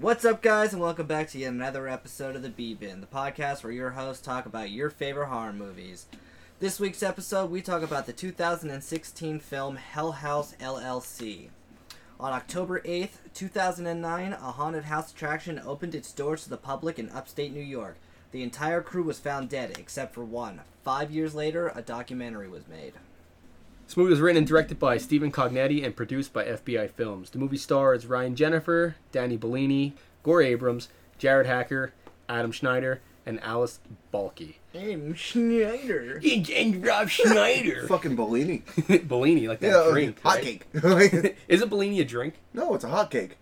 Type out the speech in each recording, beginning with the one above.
What's up, guys, and welcome back to yet another episode of the B Bin, the podcast where your hosts talk about your favorite horror movies. This week's episode, we talk about the 2016 film Hell House LLC. On October 8th, 2009, a haunted house attraction opened its doors to the public in upstate New York. The entire crew was found dead except for one. Five years later, a documentary was made. This movie was written and directed by Stephen Cognetti and produced by FBI Films. The movie stars Ryan Jennifer, Danny Bellini, Gore Abrams, Jared Hacker, Adam Schneider, and Alice Balky. Hey, Schneider. And Rob Schneider. Fucking Bellini. Bellini, like that Yeah, drink. hot right? cake. Isn't Bellini a drink? no, it's a hot cake.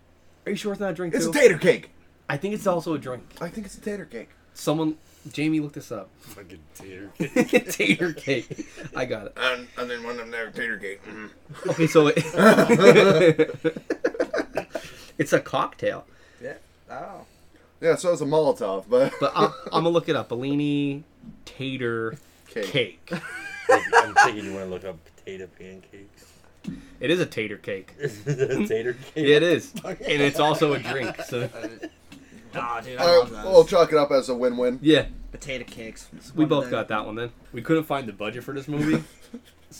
Are you sure it's not a drink? It's too? a tater cake. I think it's also a drink. I think it's a tater cake. Someone, Jamie, looked this up. Fucking tater. Tater cake. I got it. And, and then one of them there, tater cake. Mm-hmm. Okay, so it, it's a cocktail. Yeah. Oh. Yeah, so it's a Molotov, but, But I'm, I'm gonna look it up. Bellini tater Cake. cake. I'm thinking you want to look up potato pancakes. It is a tater cake. Is it Mm-hmm. a tater cake? It is, and it's also a drink. So Aw, dude, I Uh, love those. we'll chalk it up as a win-win. yeah, Potato cakes. we both got that one. Then we couldn't find the budget for this movie,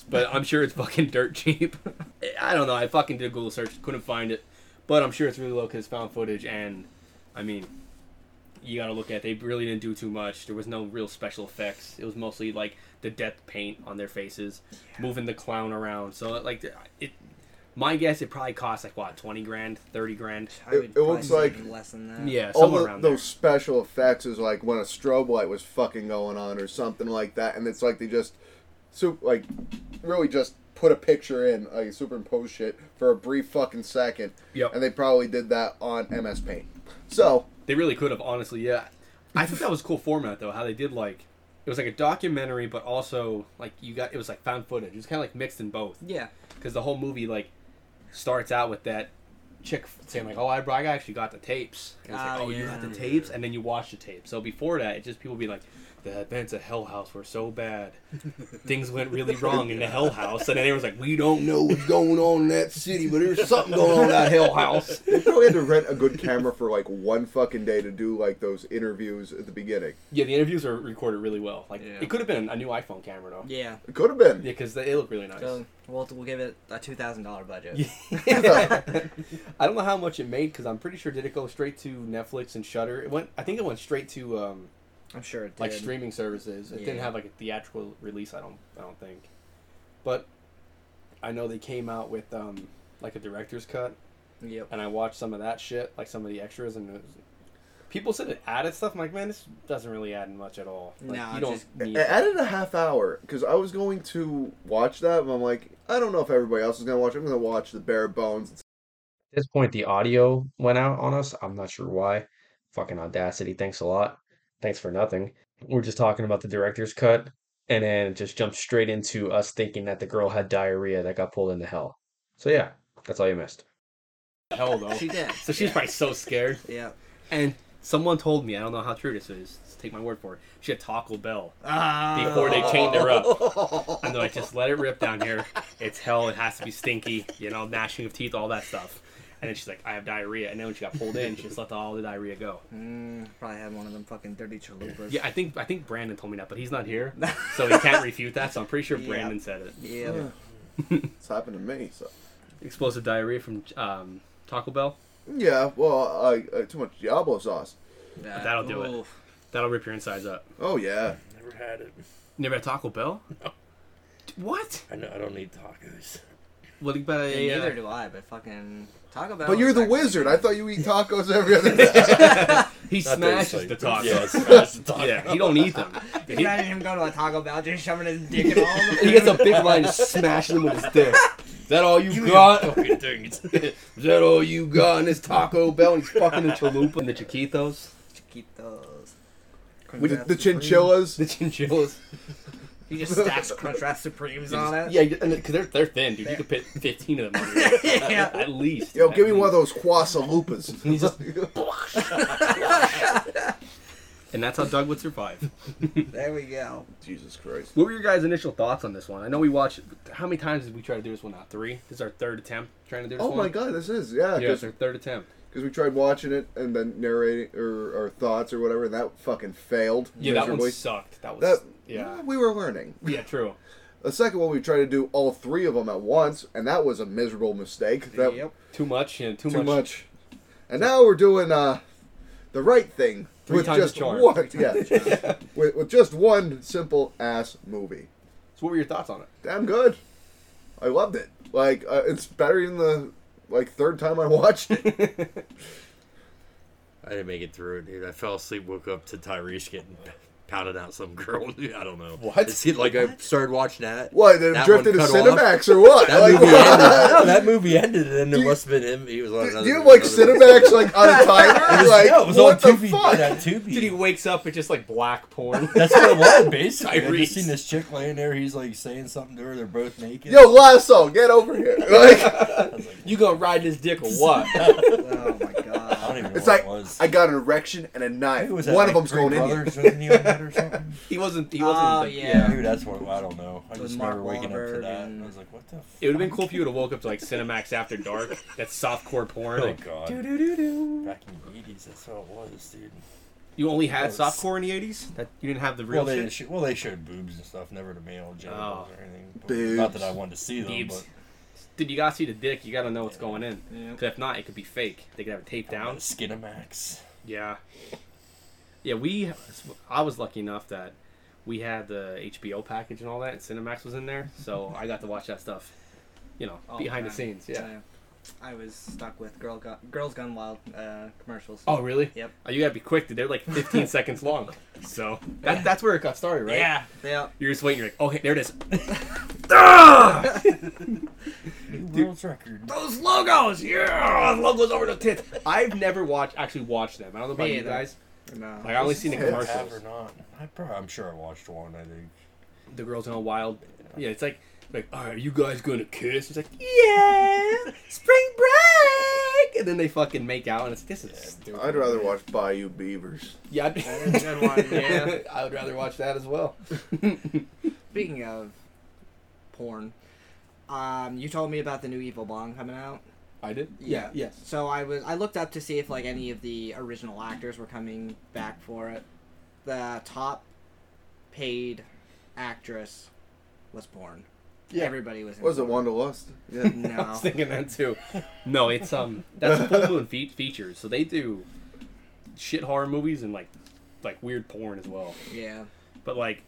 but I'm sure it's fucking dirt cheap. I don't know. I fucking did a Google search, couldn't find it, but I'm sure it's really low because found footage, and I mean, you gotta look at. They really didn't do too much. There was no real special effects. It was mostly like the death paint on their faces, moving the clown around. So like it. My guess, it probably cost like what twenty grand, thirty grand. I would It- it looks probably say like- less than that. Yeah, All somewhere the- around those there. special effects is like when a strobe light was fucking going on or something like that, and it's like they just, so like, really just put a picture in, like superimpose shit for a brief fucking second, Yep. and they probably did that on MS Paint. So They really could have, honestly. Yeah, I think that was a cool format though. How they did like it was like a documentary, but also like you got it was like found footage. It was kind of like mixed in both Yeah. because the whole movie like starts out with that chick saying like, "Oh, I, I actually got the tapes." And it's like, Oh, "Oh, you yeah. got the tapes," and then you watch the tapes. So before that, it just people be like. The events at Hell House were so bad. Things went really wrong in the Hell House, and then everyone's like, "We don't know what's going on in that city, but there's something going on in that Hell House." they probably had to rent a good camera for like one fucking day to do like those interviews at the beginning. Yeah, the interviews are recorded really well. Like Yeah. it could have been a new iPhone camera though. Yeah, Yeah. It could have been. because they look really nice. So we'll, we'll give it a two thousand dollar budget. I don't know how much it made because I'm pretty sure did it go straight to Netflix and Shutter. It went. I think it went straight to um, I'm sure it did. like streaming services. It didn't Yeah. have like a theatrical release. I don't. I don't think. But I know they came out with um, like a director's cut, Yep. and I watched some of that shit, like some of the extras, and it was, people said it added stuff. I'm like, man, this doesn't really add much at all. Like, No, you don't just- need. I added a half hour because I was going to watch that, and I'm like, I don't know if everybody else is gonna watch. it. I'm gonna watch the bare bones. and At this point, the audio went out on us. I'm not sure why. Fucking Audacity, thanks a lot. Thanks for nothing. We're just talking about the director's cut, and then it just jumped straight into us thinking that the girl had diarrhea that got pulled into hell. So yeah, that's all you missed. Hell though. She did. so she's probably so scared. Yep. And someone told me, I don't know how true this is. just take my word for it. She had Taco Bell Ah. before they chained her up. stuff. And they're like, just let it rip down here. It's hell. It has to be stinky. You know, gnashing of teeth, all that stuff. And then she's like, I have diarrhea. And then when she got pulled in, she just let all the diarrhea go. Mm, probably had one of them fucking dirty chalupas. Yeah, I think I think Brandon told me that, but he's not here, so he can't refute that. So I'm pretty sure Yeah. Brandon said it. Yeah. it's happened to me. So Explosive diarrhea from um, Taco Bell. yeah, well, I, I too much Diablo sauce. That- That'll do it. oof. That'll rip your insides up. Oh yeah, Never had it. Never had Taco Bell. What? I know I don't need tacos. What about Yeah, a? Neither Uh, do I, but fucking Taco Bell. but you're is the actually- wizard. I thought you eat tacos every other day. he Not that smashes the it's tacos. like- Yeah, smash the taco. Yeah, he don't eat them. He, Imagine him going to a Taco Bell, just shoving his dick in all the he gets a big line, just smashing them with his dick. Is that all you got? Fucking things. Is that all you got in this Taco Bell? And he's fucking the chalupa and the chiquitos, Keep those. the, Crunchwrap the Supreme. chinchillas. the chinchillas. He just stacks Crunchwrap Supremes on it. Yeah, and because they're they're thin, dude. You could put fifteen of them on your Yeah. at least. Yo, at give me one of least. those Quasalupas. And, he's just- and that's how Doug would survive. There we go. Jesus Christ. What were your guys' initial thoughts on this one? I know we watched. How many times did we try to do this one? Now three. This is our third attempt trying to do this Oh one. my God, this is yeah. Yeah, it's 'cause our third attempt. because we tried watching it and then narrating or our thoughts or whatever, and that fucking failed. Yeah, that miserably. one sucked. That was That yeah. we were learning. Yeah, true. The second one, we tried to do all three of them at once, and that was a miserable mistake. That Yep. Too much and too, too much. And now we're doing uh, the right thing Three with times just the charm. one. Yeah, with, with just one simple ass movie. So what were your thoughts on it? Damn good. I loved it. Like uh, it's better than the like third time I watched it. I didn't make it through it, dude. I fell asleep, woke up to Tyrese getting pounded out some girl. Dude, I don't know. What? It seemed like I started watching that. What? Did it That drift one into cut Cinemax or what? That like, movie ended. No, that movie ended, and then there you- must have been him. He was on do another. you have, like another- Cinemax like on a timer? like no, it was what on the Tubi. fuck? Yeah, Tubi. Dude, he wakes up with just like black porn. That's what it was, basically. I Tyrese. just seen this chick laying there. He's like saying something to her. They're both naked. Yo, Lasso, get over here! Like you gonna ride this dick or what? Oh my I don't god. even know it's what like it was. I got an erection and a knife. Who was One of that, like, them's Three going in. brothers wasn't he on that or something? He wasn't. He wasn't. Oh, like, yeah. Dude, that's what I don't know. I With just Mark remember waking up Wahlberg to that. and- I was like, what the? F- It would have been cool if you would have woke up to like Cinemax After Dark. That's softcore porn. oh Like, god. doo-doo-doo-doo. Back in the eighties, that's how it was, dude. You only had Gross. softcore in the eighties. That you didn't have the real Well, they shit. sh- well they showed boobs and stuff, never the male genitals Oh. or anything. But Boobs. Not that I wanted to see them, Boobs. but Dude, you gotta see the dick. You gotta know what's going in. Yeah. 'Cause if not, it could be fake. They could have it taped down. down Skinamax. Yeah. Yeah, we. I was lucky enough that we had the HBO package and all that, and Cinemax was in there, so I got to watch that stuff. You know, All behind the time. scenes. Yeah. I was stuck with Girl Gu- Girls Gone Wild uh, commercials. Oh really? Yep. Oh, you gotta be quick. Dude. They're like 15 seconds long. So that, that's where it got started, right? Yeah. Yeah. You're just waiting. You're like, okay, there it is. Ah! New world's record. Those logos, yeah, logos over the tits. I've never watched, actually watched them. I don't know about Me you either. guys. No. Like I only seen the Yeah. Have or commercials. not? I probably, I'm sure I watched one. I think. The girls in a wild. Yeah, it's like, like, all right, are you guys gonna kiss? It's like, yeah, spring break, and then they fucking make out, and it's this is stupid. I'd rather watch Bayou Beavers. Yeah, I'd, That's a good one, yeah. I would rather watch that as well. Speaking of porn, um, you told me about the new Evil Bong coming out. I did. Yeah. Yes. So I was I looked up to see if like any of the original actors were coming back for it. The top paid actress was porn. Yeah. Everybody was. in Was it porn. Wanda Lust? Yeah. I was No. thinking that too. No, it's um that's Full Moon fe- features, so they do shit horror movies and like like weird porn as well. yeah. But like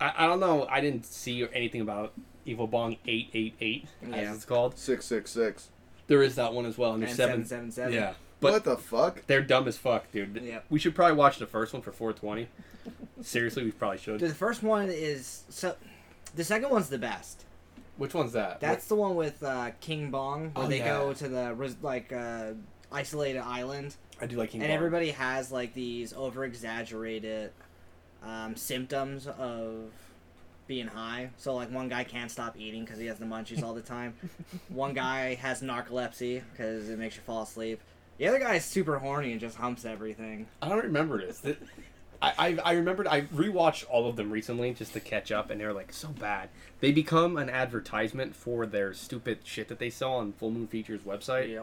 I, I don't know, I didn't see anything about Evil Bong eight eight eight Yeah. as it's called. Six six six. There is that one as well, and there's And seven, seven seven seven. Yeah, but what the fuck? they're dumb as fuck, dude. Yeah. We should probably watch the first one for 420. Seriously, we probably should. The first one is so. The second one's the best. Which one's that? That's the one with uh, King Bong, where Oh, they yeah. go to the res- like uh, isolated island, I do like King and Kong. everybody has like these over exaggerated um, symptoms of being high. So like one guy can't stop eating because he has the munchies all the time. one guy has narcolepsy because it makes you fall asleep. The other guy is super horny and just humps everything. I don't remember this. Th- I, I I remembered I rewatched all of them recently just to catch up, and they're like so bad. They become an advertisement for their stupid shit that they sell on Full Moon Features website.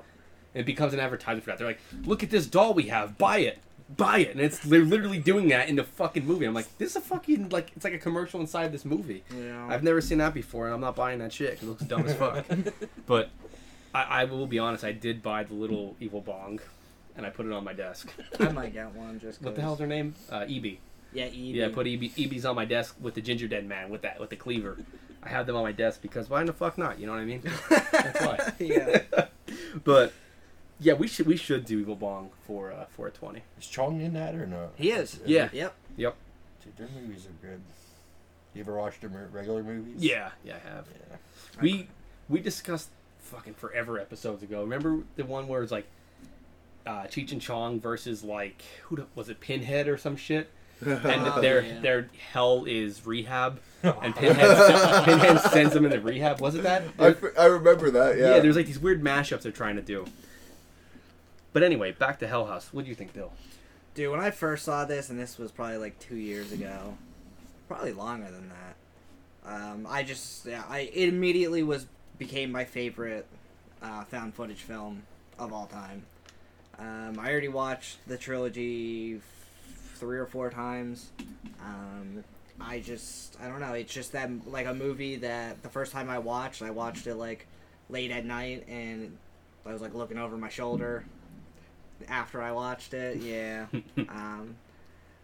It becomes an advertisement for that. They're like, look at this doll we have, buy it, buy it, and it's they're literally doing that in the fucking movie. I'm like, this is a fucking like it's like a commercial inside this movie. Yeah. I've never seen that before, and I'm not buying that shit. 'cause It looks dumb as fuck. But I, I will be honest, I did buy the little evil bong, and I put it on my desk. I might get one just. What the 'cause. hell's her name? E Uh, EB. Yeah, E Evie. Yeah, I put EB, EB's on my desk with the Ginger Dead Man with that with the cleaver. I have them on my desk because why in the fuck not? You know what I mean? That's why. yeah. But yeah, we should we should do Evil Bong for uh, for a twenty. Is Chong in that or no? He is. Yeah. Yep. Yep. Dude, their movies are good. You ever watched their mo- regular movies? Yeah, yeah, I have. Yeah. We we discussed fucking forever episodes ago. Remember the one where it's like uh, Cheech and Chong versus like who the, was it Pinhead or some shit? And Oh, their yeah. their hell is rehab, and Pinhead Pinhead sends them into rehab. Was it that? I, f- I remember that. Yeah. Yeah. there's like these weird mashups they're trying to do. But anyway, back to Hell House. What do you think, Dill? Dude, when I first saw this, and this was probably like two years ago, probably longer than that. Um, I just, yeah, I it immediately was became my favorite uh, found footage film of all time. Um, I already watched the trilogy f- three or four times. Um, I just, I don't know. It's just that like a movie that the first time I watched, I watched it like late at night, and I was like looking over my shoulder after I watched it. Yeah. um,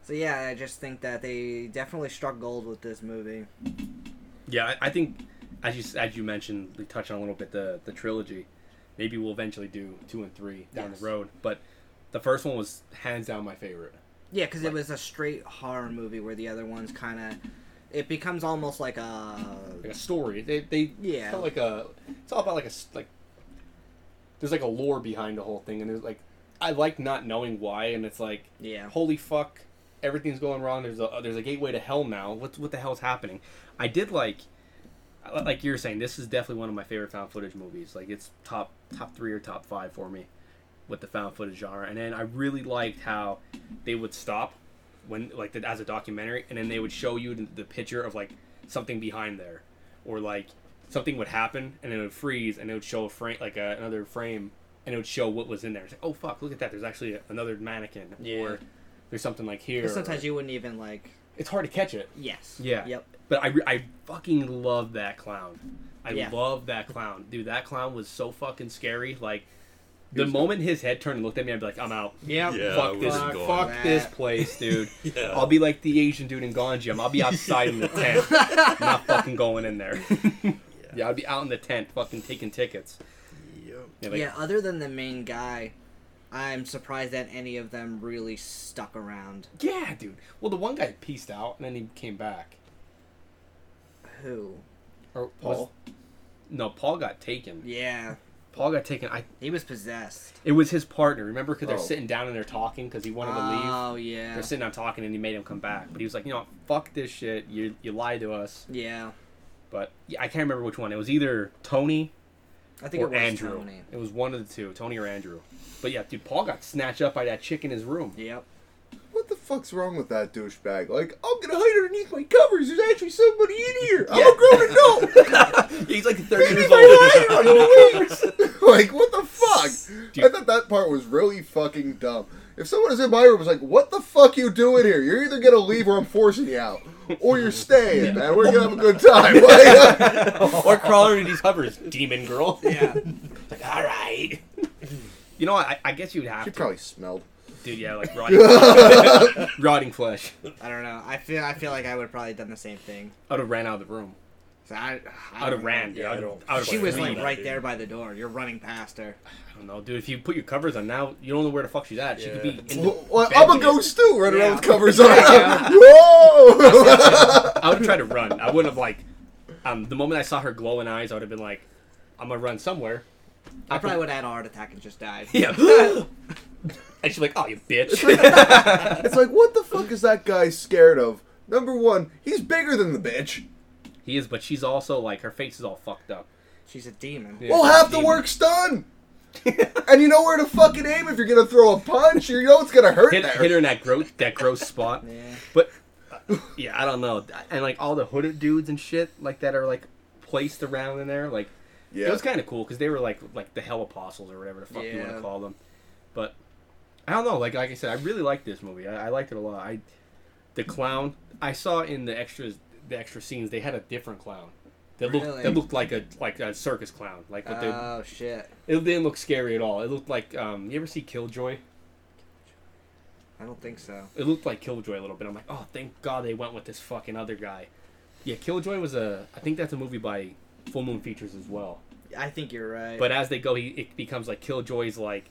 so yeah, I just think that they definitely struck gold with this movie. Yeah, I, I think as you as you mentioned, we touched on a little bit the the trilogy. Maybe we'll eventually do two and three down Yes. the road, but the first one was hands down my favorite. Yeah, because it was a straight horror movie where the other ones kind of it becomes almost like a Like a story, they they Yeah. felt like a it's all about like a s- like there's like a lore behind the whole thing, and there's like I like not knowing why, and it's like yeah holy fuck, everything's going wrong. There's a there's a gateway to hell now. What what the hell's happening? I did like, like you were saying, this is definitely one of my favorite found footage movies. Like it's top top three or top five for me with the found footage genre. And then I really liked how they would stop when like the, as a documentary, and then they would show you the, the picture of like something behind there, or like something would happen and it would freeze and it would show a frame like a, another frame. And it would show what was in there. It's like, oh fuck, look at that! There's actually another mannequin, Yeah. or there's something like here. 'Cause sometimes you wouldn't even like it's hard to catch it. yes Yeah. yep But I, re- I fucking love that clown. I Yeah. love that clown, dude. That clown was so fucking scary. Like the was good. moment his head turned and looked at me, I'd be like, I'm out. Yeah, I fuck this, wasn't going. fuck this Nah. place, dude. Yeah. I'll be like the Asian dude in Ganjiam. I'll be outside in the tent, I'm not fucking going in there. yeah. I'd be out in the tent, fucking taking tickets. Yep. Yeah, like, yeah. Other than the main guy, I'm surprised that any of them really stuck around. yeah, dude. Well, the one guy pieced out and then he came back. Who? Or was- Paul? no, Paul got taken. Yeah, Paul got taken. I he was possessed. It was his partner. Remember, because they're Oh. sitting down and they're talking because he wanted to leave. Oh They're yeah, sitting down talking, and he made him come back. But he was like, you know, what, fuck this shit. You you lied to us. yeah. But yeah, I can't remember which one. It was either Tony I think or it was Andrew. Tony. It was one of the two, Tony or Andrew. But yeah, dude, Paul got snatched up by that chick in his room. Yep. What the fuck's wrong with that douchebag? Like, I'm gonna hide underneath my covers. There's actually somebody in here. I'm Yeah. a grown adult. He's like 30 Leave years my old. light on, please. like, what the fuck? Dude. I thought that part was really fucking dumb. If someone was in my room, was like, "What the fuck you doing here? You're either gonna leave or I'm forcing you out, or you're staying, man. We're gonna have a good time." Like, or crawling under these hovers, demon girl. Yeah. Like, all right. You know, what, I, I guess you would have she to, probably smelled. dude. Yeah, like rotting, rotting flesh. I don't know. I feel. I feel like I would have probably done the same thing. I'd have ran out of the room. So I. I I'd don't have know. ran. dude. Yeah, I I'd- don't- I'd have She was ran. like That right dude. there by the door. You're running past her. I don't know, dude. If you put your covers on now, you don't know where the fuck she's at. She could be. In the Well, well, bed I'm a with you. ghost too, running Yeah. around with covers on. Yeah. Whoa! I would have tried to run. I wouldn't have like. Um, the moment I saw her glowing eyes, I would have been like, "I'm gonna run somewhere." I probably would have had a heart attack and just died. Yeah. and she's like, "Oh, you bitch." it's like, what the fuck is that guy scared of? Number one, he's bigger than the bitch. he is, but she's also like, her face is all fucked up. She's a demon. Yeah. Well, half the Demon. work's done. and you know where to fucking aim if you're gonna throw a punch. You know it's gonna hurt Hit, there. hit her in that gross, that gross spot. Yeah. But uh, yeah, I don't know. And like all the hooded dudes and shit like that are like placed around in there, like. Yeah. It was kind of cool because they were like like the Hell Apostles or whatever the fuck you want Yeah. to call them. But I don't know. Like like I said, I really liked this movie. I, I liked it a lot. I the clown I saw in the extras the extra scenes they had a different clown. That looked Really? that looked like a like a circus clown. Like what Oh shit! they, it didn't look scary at all. It looked like um you ever see Killjoy? I don't think so. It looked like Killjoy a little bit. I'm like oh thank God they went with this fucking other guy. Yeah, Killjoy was a I think that's a movie by Full Moon Features as well. I think you're right. But as they go, he it becomes like Killjoy's like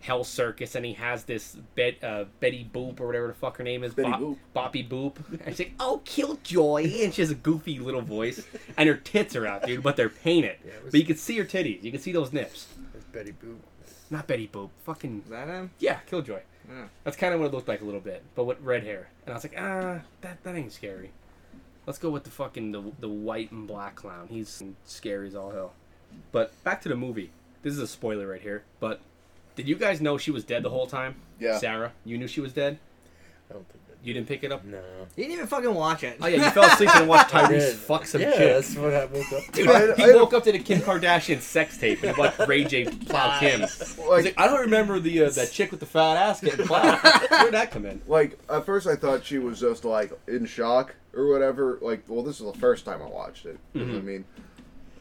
hell circus, and he has this Bet, uh, Betty Boop or whatever the fuck her name is, Betty Boop. Boppy Boop, and she's like, "Oh, Killjoy," and she has a goofy little voice, and her tits are out, dude, but they're painted, Yeah, it was- but you can see her titties, you can see those nips. That's Betty Boop. Not Betty Boop, fucking is that him? yeah, Killjoy. Yeah. That's kind of what it looked like a little bit, but with red hair, and I was like, ah, that that ain't scary. Let's go with the fucking the, the white and black clown. He's scary as all hell. But back to the movie. This is a spoiler right here. But did you guys know she was dead the whole time? Yeah. Sarah, you knew she was dead. I don't think that. You didn't pick it up? No. You didn't even fucking watch it. Oh, yeah, you fell asleep and watched Tyrese Yeah, fuck some yeah, chick. that's what I woke up to. Dude, I- he I- woke up to the Kim Kardashian sex tape and watched Ray J plow Kim. He's Like, like, I don't remember the uh, that chick with the fat ass getting plowed. Where'd that come in? like at first I thought she was just like in shock or whatever. Like, well, this is the first time I watched it. You Mm-hmm. know what I mean,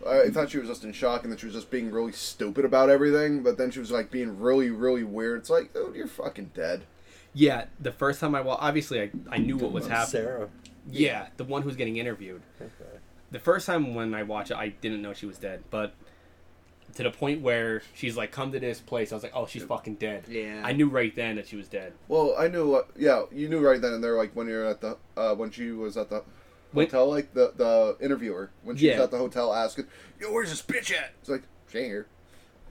I I thought she was just in shock and that she was just being really stupid about everything. But then she was like being really, really weird. It's like, dude, you're fucking dead. Yeah, the first time I watched, obviously I, I knew what was happening. Sarah. Yeah, the one who's getting interviewed. The first time when I watched it, I didn't know she was dead, but to the point where she's like, "Come to this place," I was like, "Oh, she's fucking dead." Yeah. I knew right then that she was dead. Well, I knew. Uh, yeah, you knew right then and there. Like when you're at the uh, when she was at the When- hotel, like the the interviewer when she was Yeah. at the hotel asking, "Yo, where's this bitch at?" It's like, "She ain't here."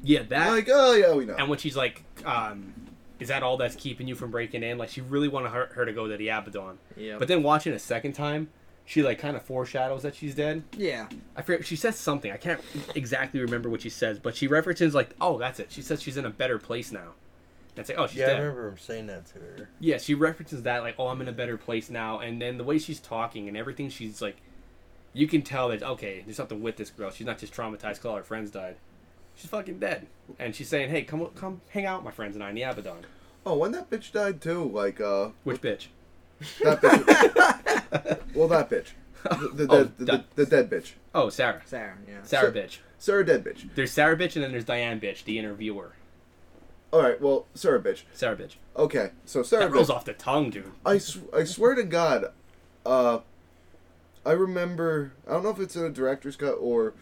Yeah, that. Like, oh yeah, we know. and when she's like, um, "Is that all that's keeping you from breaking in?" Like she really wanted her, her to go to the Abaddon. Yep. But then watching a second time, she like kind of foreshadows that she's dead. yeah. I forget. She says something. I can't exactly remember what she says, but she references like, "Oh, that's it." She says she's in a better place now. That's like, "Oh, she's Yeah, I dead." remember him saying that to her. Yeah, she references that like, "Oh, I'm in a better place now," and then the way she's talking and everything, she's like, you can tell that okay, there's something with this girl. She's not just traumatized because all her friends died. She's fucking dead, and she's saying, "Hey, come come hang out, with my friends and I in the Abaddon." oh, when that bitch died too, like uh, Which bitch? that bitch. well, that bitch, the, the, Oh, dead, the, that- the dead bitch, Oh, Sarah. Sarah, yeah. Sarah Sa- bitch. Sarah dead bitch. There's Sarah bitch, and then there's Diane bitch, the interviewer. All right, well, Sarah bitch. Sarah bitch. Okay, so Sarah That rolls bitch. off the tongue, dude. I, sw- I swear to God, uh, I remember. I don't know if it's in a director's cut or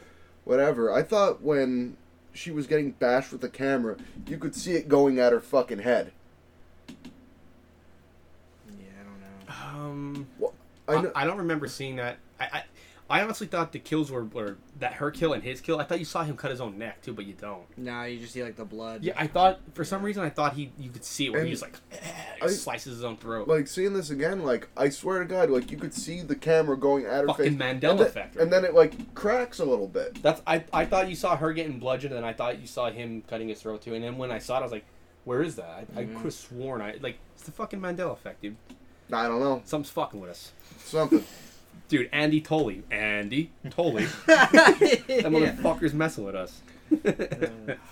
whatever. I thought when she was getting bashed with the camera, you could see it going at her fucking head. Yeah, I don't know. Um, Wha- I, I know, I don't remember seeing that. I, I, I honestly thought the kills were, were that her kill and his kill. I thought you saw him cut his own neck too, but you don't. No, you just see like the blood. Yeah, I thought for some reason I thought he you could see it where he And just like I- slices his own throat. like seeing this again, like I swear to God, like you could see the camera going at her Fucking face, Mandela and then, effect, right? and then it like cracks a little bit. That's I, I thought you saw her getting bludgeoned, and I thought you saw him cutting his throat too. And then when I saw it, I was like, "Where is that?" I, I Mm-hmm. could have sworn I like it's the fucking Mandela effect, dude. I don't know Something's fucking with us, something. dude. Andy Tolley, Andy Tolley, that yeah. motherfucker's messing with us.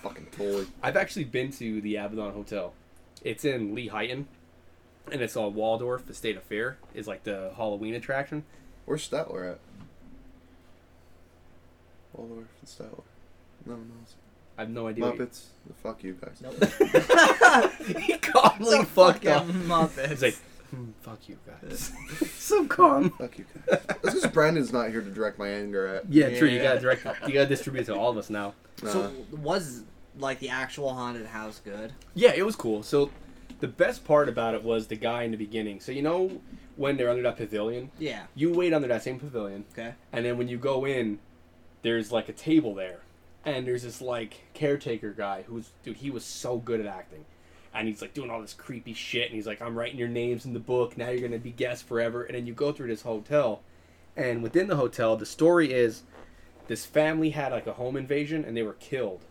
fucking totally. I've actually been to the Abaddon Hotel. It's in Lehighton, and it's on Waldorf. The State of Fear is like the Halloween attraction. Where's Statler at? Waldorf and Statler. No one else. I have no idea. what you- Muppets. The fuck you guys. he calmly fucked Fucking up. Muppets. He's like, "Hmm, "Fuck you guys." so calm. Fuck you guys. This is Brandon's not here to direct my anger at. Yeah, true. You Yeah. gotta direct. You gotta distribute it to all of us now. Nah. so was like the actual haunted house good? Yeah, it was cool. So, the best part about it was the guy in the beginning. So you know when they're under that pavilion, Yeah. you wait under that same pavilion, Okay. and then when you go in, there's like a table there, and there's this like caretaker guy who's dude. He was so good at acting, and he's like doing all this creepy shit, and he's like, "I'm writing your names in the book. Now you're gonna be guest forever." And then you go through this hotel, and within the hotel, the story is this family had like a home invasion, and they were killed,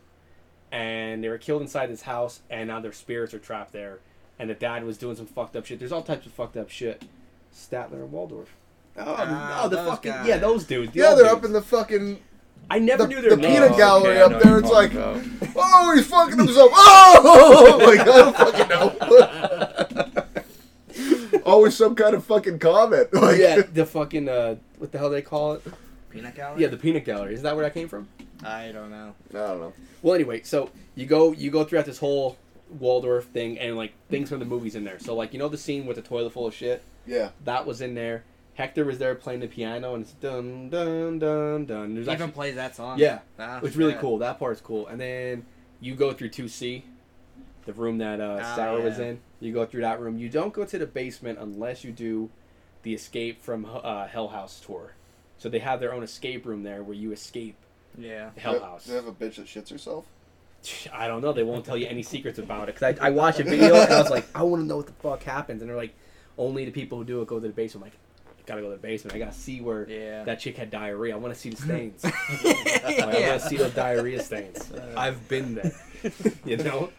and they were killed inside this house, and now their spirits are trapped there, and the dad was doing some fucked up shit. There's all types of fucked up shit. Statler and Waldorf. Oh, Ah, oh, the those fucking guys. yeah, those dudes. the yeah, old they're dudes. up in the fucking. I never the- knew their the names. peanut gallery I up know there, what it's you're like- talking about. Oh, he's fucking himself. Oh, like I don't fucking know. Always some kind of fucking comment. Like, yeah, the fucking uh, what the hell they call it? Peanut gallery. Yeah, the peanut gallery. Isn't that where that came from? I don't know. I don't know. Well, anyway, so you go you go throughout this whole Waldorf thing, and like things from the movies in there. So like you know the scene with the toilet full of shit Yeah. that was in there. Hector was there playing the piano, and it's dun dun dun dun. There's He even actually, plays that song. Ah, Yeah, Wow, it's really shit. cool. That part's cool. And then you go through two C, the room that uh, Ah, Sarah was yeah. in. You go through that room. You don't go to the basement unless you do the escape from uh, Hell House tour. So they have their own escape room there where you escape Yeah. Hell House. Do they have a bitch that shits herself? I don't know. They won't tell you any secrets about it. Because I, I watched a video and I was like, I want to know what the fuck happens. And they're like, only the people who do it go to the basement. I'm like, I gotta go to the basement. I gotta see where Yeah. that chick had diarrhea. I want to see the stains. Like, I yeah. want to see those diarrhea stains. I've been there, you know.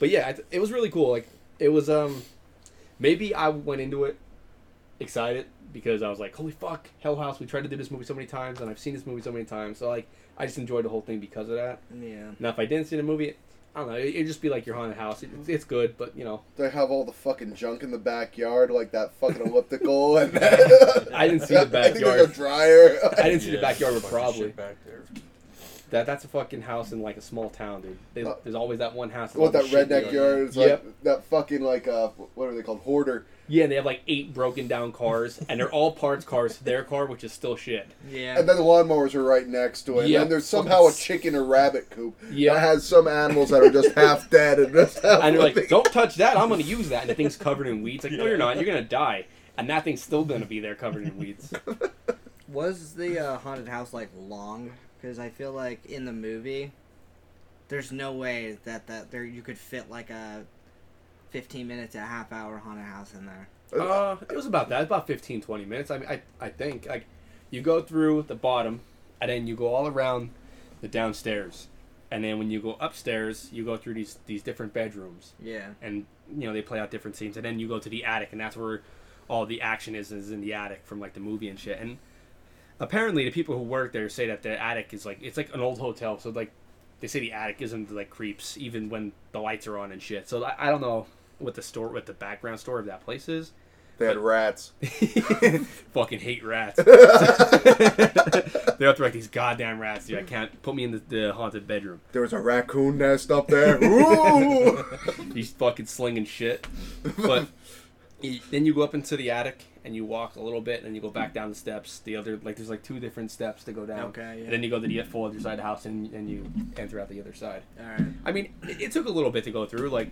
But yeah, it, it was really cool. Like it was. um Maybe I went into it excited because I was like, holy fuck, Hell House, we tried to do this movie so many times and I've seen this movie so many times. So, like, I just enjoyed the whole thing because of that. Yeah. Now, if I didn't see the movie, I don't know, it- it'd just be like your haunted house. It, it's, it's good, but, you know, They have all the fucking junk in the backyard, like that fucking elliptical and I didn't see the I think there's a backyard. dryer. I didn't see the Yeah, backyard, but fucking shit probably. back there. That, that's a fucking house in, like, a small town, dude. They, Uh, there's always that one house. with What all that the shit redneck going on. yard is Yep. like that fucking like uh what are they called hoarder? Yeah, and they have like eight broken down cars, and they're all parts cars to their car, which is still shit. Yeah. And then the lawnmowers are right next to it. Yeah. And there's somehow a chicken or rabbit coop Yeah. that has some animals that are just half dead and just half And they're like, living. don't touch that, I'm gonna use that. And the thing's covered in weeds. Like, no, you're not, you're gonna die. And that thing's still gonna be there covered in weeds. Was the uh, haunted house like long? Because I feel like in the movie, there's no way that that there you could fit like a fifteen minute to a half hour haunted house in there. Uh, it was about that, about 15, 20 minutes. I mean, I, I think. Like, you go through the bottom, and then you go all around the downstairs. And then when you go upstairs, you go through these, these different bedrooms. Yeah. and you know they play out different scenes and then you go to the attic and that's where all the action is is in the attic from like the movie and shit and apparently the people who work there say that the attic is like it's like an old hotel so like they say the attic isn't like creeps even when the lights are on and shit so i, I don't know what the store what the background story of that place is They had rats. fucking hate rats they're up to like these goddamn rats dude i can't put me in the, the haunted bedroom There was a raccoon nest up there. Ooh! He's fucking slinging shit. But you- then you go up into the attic and you walk a little bit, and then you go back down the steps. The other like there's like two different steps to go down. Okay, yeah. And then you go to the full other side of the house, and, and you enter out the other side. All right. I mean, it, it took a little bit to go through. Like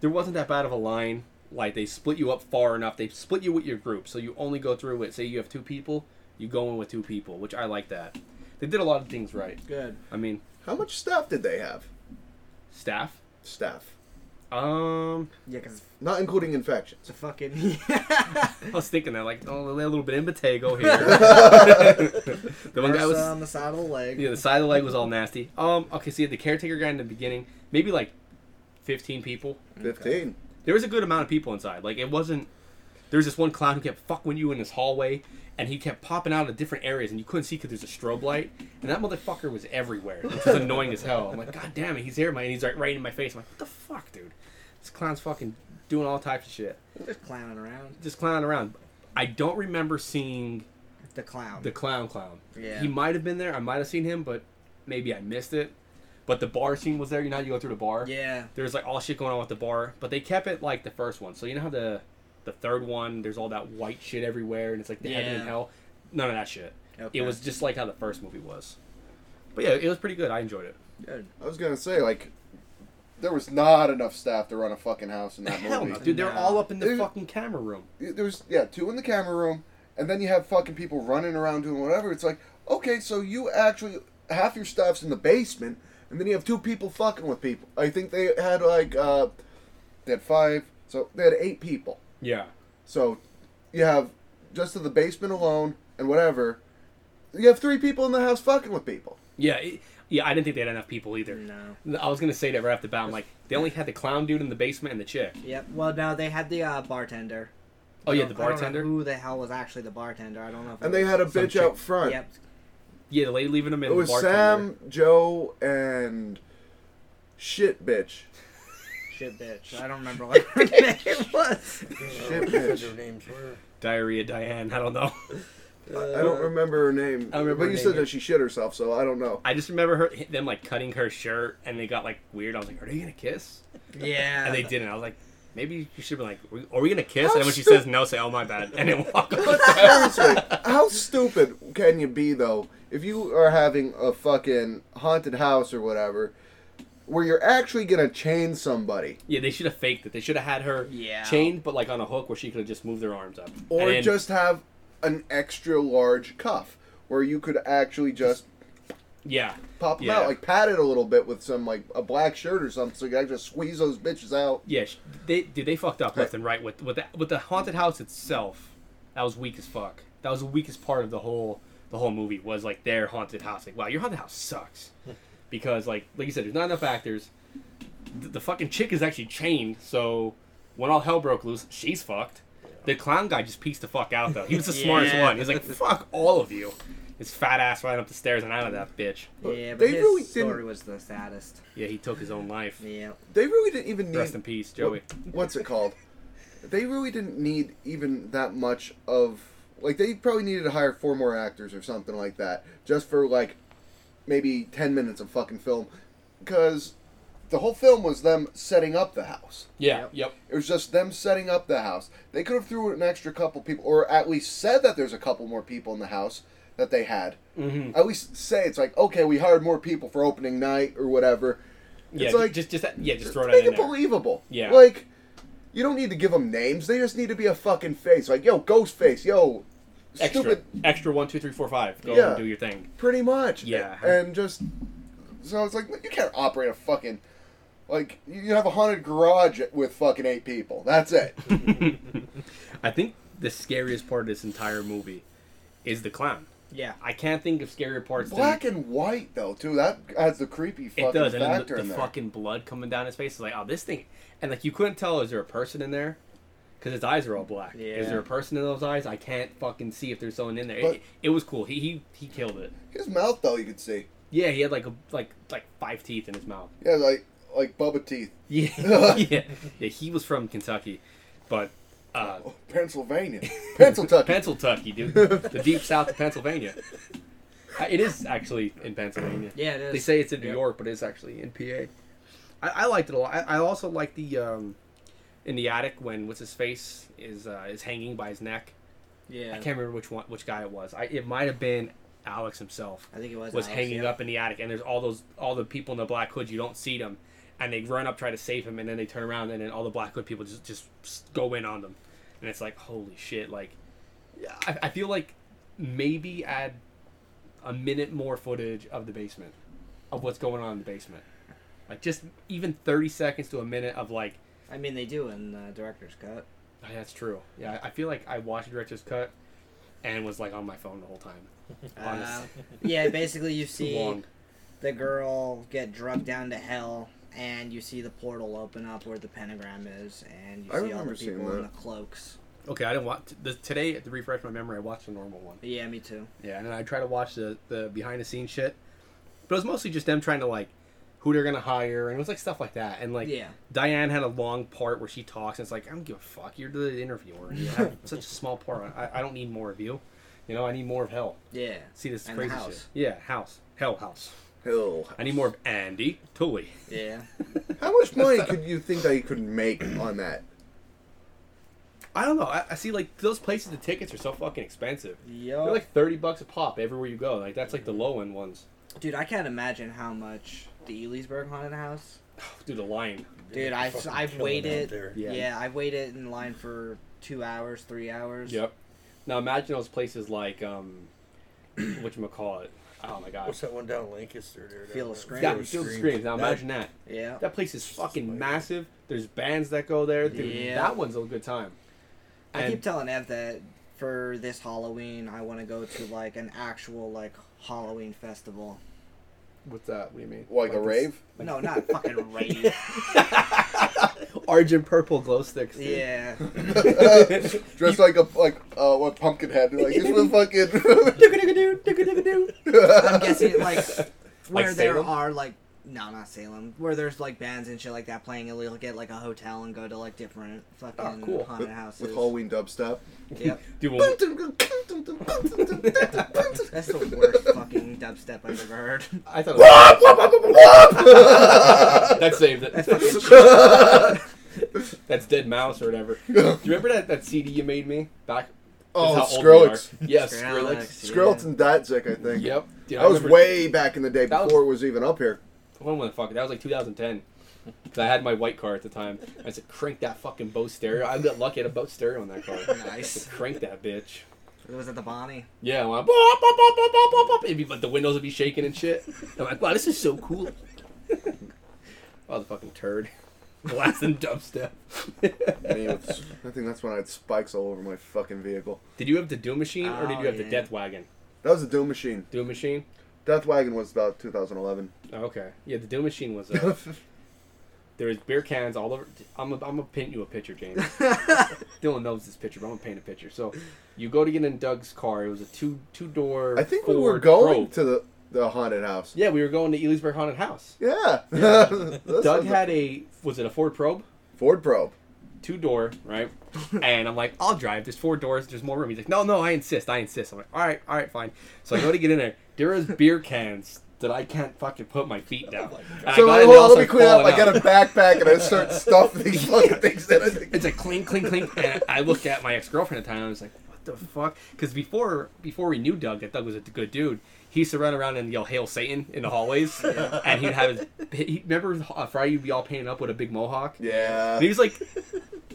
there wasn't that bad of a line. Like they split you up far enough. They split you with your group, so you only go through with say you have two people, you go in with two people, which I like that. They did a lot of things right. Good. I mean, How much staff did they have? staff. Staff. Um, Yeah, 'cause Not including infections. it's a fucking. I was thinking that, like, oh, they had a little bit in Batego here. the one guy Versa was, on the side of the leg. yeah, the side of the leg was all nasty. Um, okay, see, the caretaker guy in the beginning, maybe like fifteen people. Fifteen. There was a good amount of people inside. Like, it wasn't. There was this one clown who kept fucking you in this hallway, and he kept popping out of different areas, and you couldn't see because there's a strobe light, and that motherfucker was everywhere. It was annoying as hell. I'm like, god damn it, he's here, man, and he's like right in my face. I'm like, what the fuck, dude? This clown's fucking doing all types of shit, Just clowning around. just clowning around. I don't remember seeing The clown. the clown clown. Yeah. He might have been there. I might have seen him, but maybe I missed it. But the bar scene was there. You know how you go through the bar? yeah. There's like all shit going on with the bar, but they kept it like the first one. So you know how the the third one, there's all that white shit everywhere, and it's like the heaven Yeah. and hell. None of that shit. Okay. It was just like how the first movie was. But yeah, it was pretty good. I enjoyed it. Good. I was gonna say like, there was not enough staff to run a fucking house in that Hell no, movie. dude. They're Nah. all up in the Dude. fucking camera room. there was yeah two in the camera room and then you have fucking people running around doing whatever it's like okay so you actually half your stuff's in the basement and then you have two people fucking with people i think they had like uh they had five so they had eight people Yeah. so you have just in the basement alone and whatever you have three people in the house fucking with people Yeah. It, yeah, I didn't think they had enough people either. No. I was gonna say that right off the bat. I'm like, they only had the clown dude in the basement and the chick. Yep. Well, no, they had the uh, bartender. Oh yeah, I the don't- I don't know bartender. Who the hell was actually the bartender? I don't know. If and it they had a Some bitch chick- out front was, Yep. Yeah, the lady leaving him in. it was the bartender. sam joe and shit bitch Shit, bitch. I don't remember what her name was. shit bitch Diarrhea Diane. I don't know. I don't remember her name. I don't remember but her you name said either. that she shit herself, so I don't know. I just remember her them like cutting her shirt, and they got like weird. I was like, "Are they gonna kiss?" Yeah. And they didn't. I was like, "Maybe you should be like, are we- are we gonna kiss?" How and then when she stupid. says no, say, "Oh my bad," and then walk off. But seriously, how stupid can you be though? If you are having a fucking haunted house or whatever, where you're actually gonna chain somebody, yeah, they should have faked it. They should have had her Yeah. chained, but like on a hook where she could have just moved her arms up, or And then- just have an extra large cuff where you could actually just yeah, pop them yeah. out, like pat it a little bit with some like a black shirt or something, so you can just squeeze those bitches out. Yeah, sh- they dude, they fucked up left and right with with the, with the haunted house itself. That was weak as fuck. That was the weakest part of the whole the whole movie was like their haunted house. Like, wow, your haunted house sucks because like like you said, there's not enough actors. The, the fucking chick is actually chained, so When all hell broke loose, she's fucked. The clown guy just pieced the fuck out though. He was the smartest Yeah. one. He was like, "Fuck all of you." His fat ass ran up the stairs and out of that bitch. Yeah, but They his really story didn't- was the saddest. Yeah, he took his own life. Yeah. They really didn't even need. Rest in peace, Joey. What- what's it called? they really didn't need even that much of like they probably needed to hire four more actors or something like that just for like maybe 10 minutes of fucking film because the whole film was them setting up the house Yeah. Yep. Yep. it was just them setting up the house they could have threw an extra couple people or at least said that there's a couple more people in the house that they had Mm-hmm. at least say it's like okay we hired more people for opening night or whatever Yeah. It's ju- like- just, just that, yeah, just throw make that in it there. believable. Yeah. Like, you don't need to give them names. They just need to be a fucking face. Like, yo, ghost face, yo, Extra, stupid. extra one, two, three, four, five. Go Yeah. and do your thing. Pretty much. Yeah. And just so it's like you can't operate a fucking like you have a haunted garage with fucking eight people. That's it. I think the scariest part of this entire movie is the clown. Yeah. I can't think of scarier parts. Black than, and white though too. That adds the creepy fucking it does, and then the, factor the in there. fucking blood coming down his face is like, oh, this thing, and like you couldn't tell is there a person in there because his eyes are all black. Is Yeah. there a person in those eyes? I can't fucking see if there's someone in there. It- But- it, was cool. He, he he killed it. His mouth though, you could see. Yeah, he had like a like like five teeth in his mouth. Yeah, like like Bubba teeth. Yeah, yeah, yeah. He was from Kentucky, but uh, Oh, Pennsylvania, Pennsylvania. Pennsylvania, dude, the deep south of Pennsylvania. Uh, It is actually in Pennsylvania. Yeah, it is. They say it's in New Yep. York, but it's actually in PA. I, I liked it a lot. I, I also like the um, in the attic when what's his face is uh, is hanging by his neck. Yeah. I can't remember which one which guy it was. I, it might have been Alex himself I think it was was Alex, hanging yeah. up in the attic, and there's all those all the people in the black hood. You don't see them, and they run up try to save him, and then they turn around, and then all the black hood people just just go in on them, and it's like holy shit! Like, I, I feel like maybe add a minute more footage of the basement, of what's going on in the basement, like just even thirty seconds to a minute of like. I mean, they do in the director's cut. "Oh, yeah, that's true. Yeah, I I feel like I watched the director's cut, and was like on my phone the whole time. Uh, Honest. yeah, basically you see Long. the girl get drugged down to hell, and you see the portal open up where the pentagram is, and you I see all the remember seeing people in the that. cloaks. Okay, I didn't watch the, today to refresh my memory. I watched the normal one. Yeah, me too. Yeah, and then I try to watch the, the behind the scenes shit. But it was mostly just them trying to like who they're gonna hire and it was like stuff like that. And like Yeah. Diane had a long part where she talks and it's like, I don't give a fuck, you're the interviewer and you have such a small part. I, I don't need more of you. You know, I need more of hell. Yeah. See this And the crazy house. shit. Yeah, house. Hell house. Hill. I need more of Andy Tully. Yeah. How much money could you think that you could make on that? I don't know. I, I see like those places the tickets are so fucking expensive. Yo. They're like thirty bucks a pop everywhere you go. Like that's like the low end ones. Dude, I can't imagine how much the Elysburg haunted house. Dude, the line. Dude, I I've, I've waited. Yeah. Yeah. I've waited in line for two hours, three hours. Yep. Now imagine those places like um, what you call it? Oh my god. What's that one down Lancaster? There, Feel down a scream. Yeah, Field of Field of Screams. Now imagine that. Yeah. That place is fucking like- massive. There's bands that go there. Dude, Yeah. That one's a good time. I And- keep telling Ev that for this Halloween, I want to go to like an actual like Halloween festival. What's that? What do you mean? Like, a this- rave? No, not fucking rave. Orange and purple glow sticks. dude. yeah. Dressed like a like uh what pumpkinhead like this was fucking Doo-ga-doo-ga-doo, doo-ga-doo-ga-doo. I'm guessing like where there Salem? are like no, not Salem. Where there's like bands and shit like that playing, and we'll get like a hotel and go to like different fucking Oh, cool. haunted houses. with Halloween dubstep. Yep. Dude, when- Wop, That's the worst fucking dubstep I've ever heard. I thought. It was- wop, wop, wop, wop. that saved it. That's fucking That's Dead Mouse or whatever. Do you remember that, that CD you made me back? Oh, That's how old we are. Skrillex. Yeah, Skrillex. yeah. Skrillex and Datzik, I think. Yep. Dude, I That was remember- way back in the day That was- before it was even up here. When was the fuck? That was like 2010. 'Cause I had my white car at the time. I said, crank that fucking Bose stereo. I got lucky I had a Bose stereo in that car. Nice. So crank that bitch. It was at the Bonnie. Yeah, well, bop, bop, bop, bop, bop, bop, bop. It'd be like the windows would be shaking and shit. I'm like, wow, this is so cool. oh, the fucking turd. Blasting dubstep. Me with- I think that's when I had spikes all over my fucking vehicle. did you have the Doom Machine or did Oh, you have the yeah. Death Wagon? That was the Doom Machine. Doom Machine? Death Wagon was about 2011. Oh, okay. Yeah, the Doom Machine was. Uh, There was beer cans all over. I'm gonna I'm gonna paint you a picture, James. Dylan knows this picture, but I'm gonna paint a picture. So, you go to get in Doug's car. It was a two two door. I think we were going To- to the, the haunted house. yeah, we were going to Elysburg Haunted House. Yeah. That Doug sounds had like- a was it a Ford Probe? Ford probe. two door, right? And I'm like, I'll drive. There's four doors. There's more room. He's like, No, no, I insist. I insist. I'm like, All right, all right, fine. So I go to get in there. There is beer cans that I can't fucking put my feet down. And So I got like, in hold there, on, I let me start clean up. falling I got out. a backpack and I start stuffing these fucking things that I think. It's like clink, clink, clink. And I looked at my ex girlfriend at the time. And I was like, What the fuck? Because before before we knew Doug, that Doug was a good dude. He used to run around and yell "Hail Satan" in the hallways, and he'd have his. He, remember uh, Friday, you'd be all painted up with a big mohawk. Yeah. And he was like,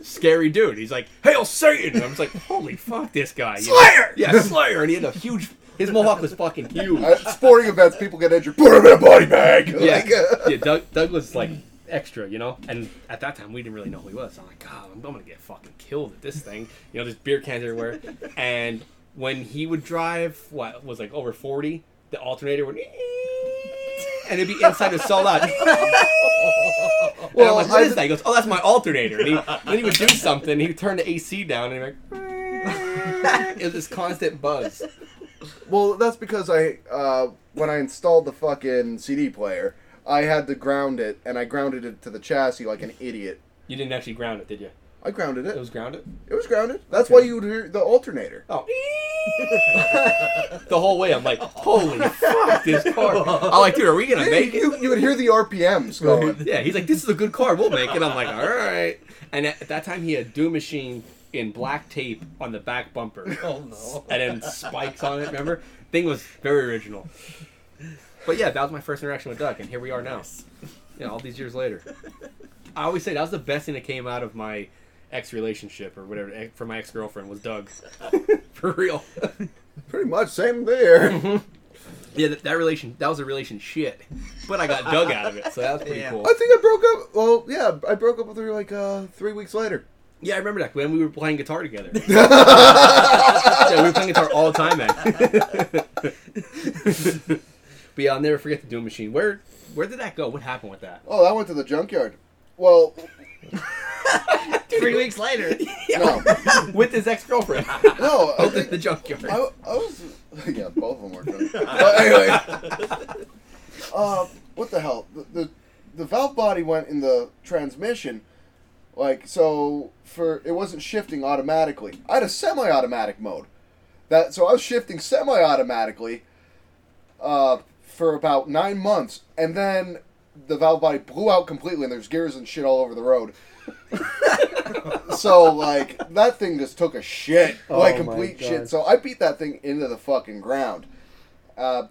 scary dude. He's like, Hail Satan! And I was like, holy fuck, this guy. you know? Slayer! Yeah, Slayer! And he had a huge, his mohawk was fucking huge. At sporting events, people get injured. Put them in a body bag. Yeah, Like, uh, yeah Doug, Doug was like extra, you know? And at that time, we didn't really know who he was. I'm like, God, I'm, I'm gonna get fucking killed at this thing. You know, there's beer cans everywhere. And when he would drive, what, was like over 40, the alternator would. And it'd be inside a sold out. well, and I'm like, what I- is that? He goes, oh, that's my alternator. And he, then he would do something. He would turn the AC down, and he'd be like, it was this constant buzz. Well, that's because I uh, when I installed the fucking CD player, I had to ground it, and I grounded it to the chassis like an idiot. You didn't actually ground it, did you? I grounded It it. was grounded. It was grounded. That's why you would hear the alternator. Oh. the whole way, I'm like, holy fuck, this car. I'm like, dude, are we gonna make it? You, you would hear the RPMs going. Yeah, he's like, this is a good car, we'll make it. I'm like, all right. And at, at that time, he had Doom Machine in black tape on the back bumper. Oh no. and then spikes on it. Remember, thing was very original. But yeah, that was my first interaction with Duck, and here we are now. Yeah, all these years later. I always say that was the best thing that came out of my ex relationship or whatever ex- for my ex girlfriend was Doug, for real. Pretty much same there. Yeah, that, that relation that was a relation shit, but I got Doug out of it, so that was pretty Yeah. cool. I think I broke up. Well, yeah, I broke up with her like uh, three weeks later. Yeah, I remember that when we were playing guitar together. yeah, we were playing guitar all the time, man. but yeah, I'll never forget the Doom Machine. Where where did that go? What happened with that? Oh, I went to the junkyard. Well, Three weeks later. no, with his ex girlfriend. no. I the, think the junkyard. I, I was yeah, both of them were drunk. But anyway, uh, what the hell? The, the the valve body went in the transmission, like so for it wasn't shifting automatically. I had a semi-automatic mode, that so I was shifting semi-automatically, uh, for about nine months, and then the valve body blew out completely, and there's gears and shit all over the road. so like that thing just took a shit, Oh like my complete God. shit. So I beat that thing into the fucking ground. Uh,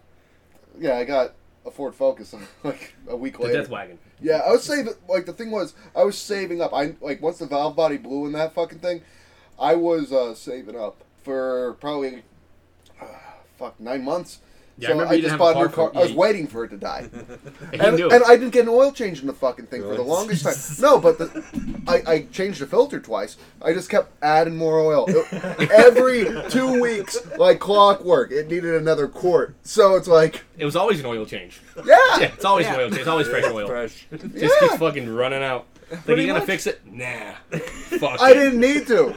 yeah, I got a Ford Focus like a week The later. death wagon. Yeah, I was saving. Like the thing was, I was saving up. I like once the valve body blew in that fucking thing, I was uh, saving up for probably uh, fuck nine months. Yeah, I so remember I you just didn't bought a have new a car car. for- I was yeah, you- waiting for it to die, And he and, knew. and I didn't get an oil change in the fucking thing for the Really? longest time. No, but the, I, I changed the filter twice. I just kept adding more oil It- every two weeks, like clockwork. It needed another quart, so it's like, it was always an oil change. yeah, Yeah, it's always Yeah. an oil change. It's always fresh oil. Fresh. Just Yeah. keeps fucking running out. Like, Pretty you gonna much. fix it? Nah. Fuck I it. didn't need to.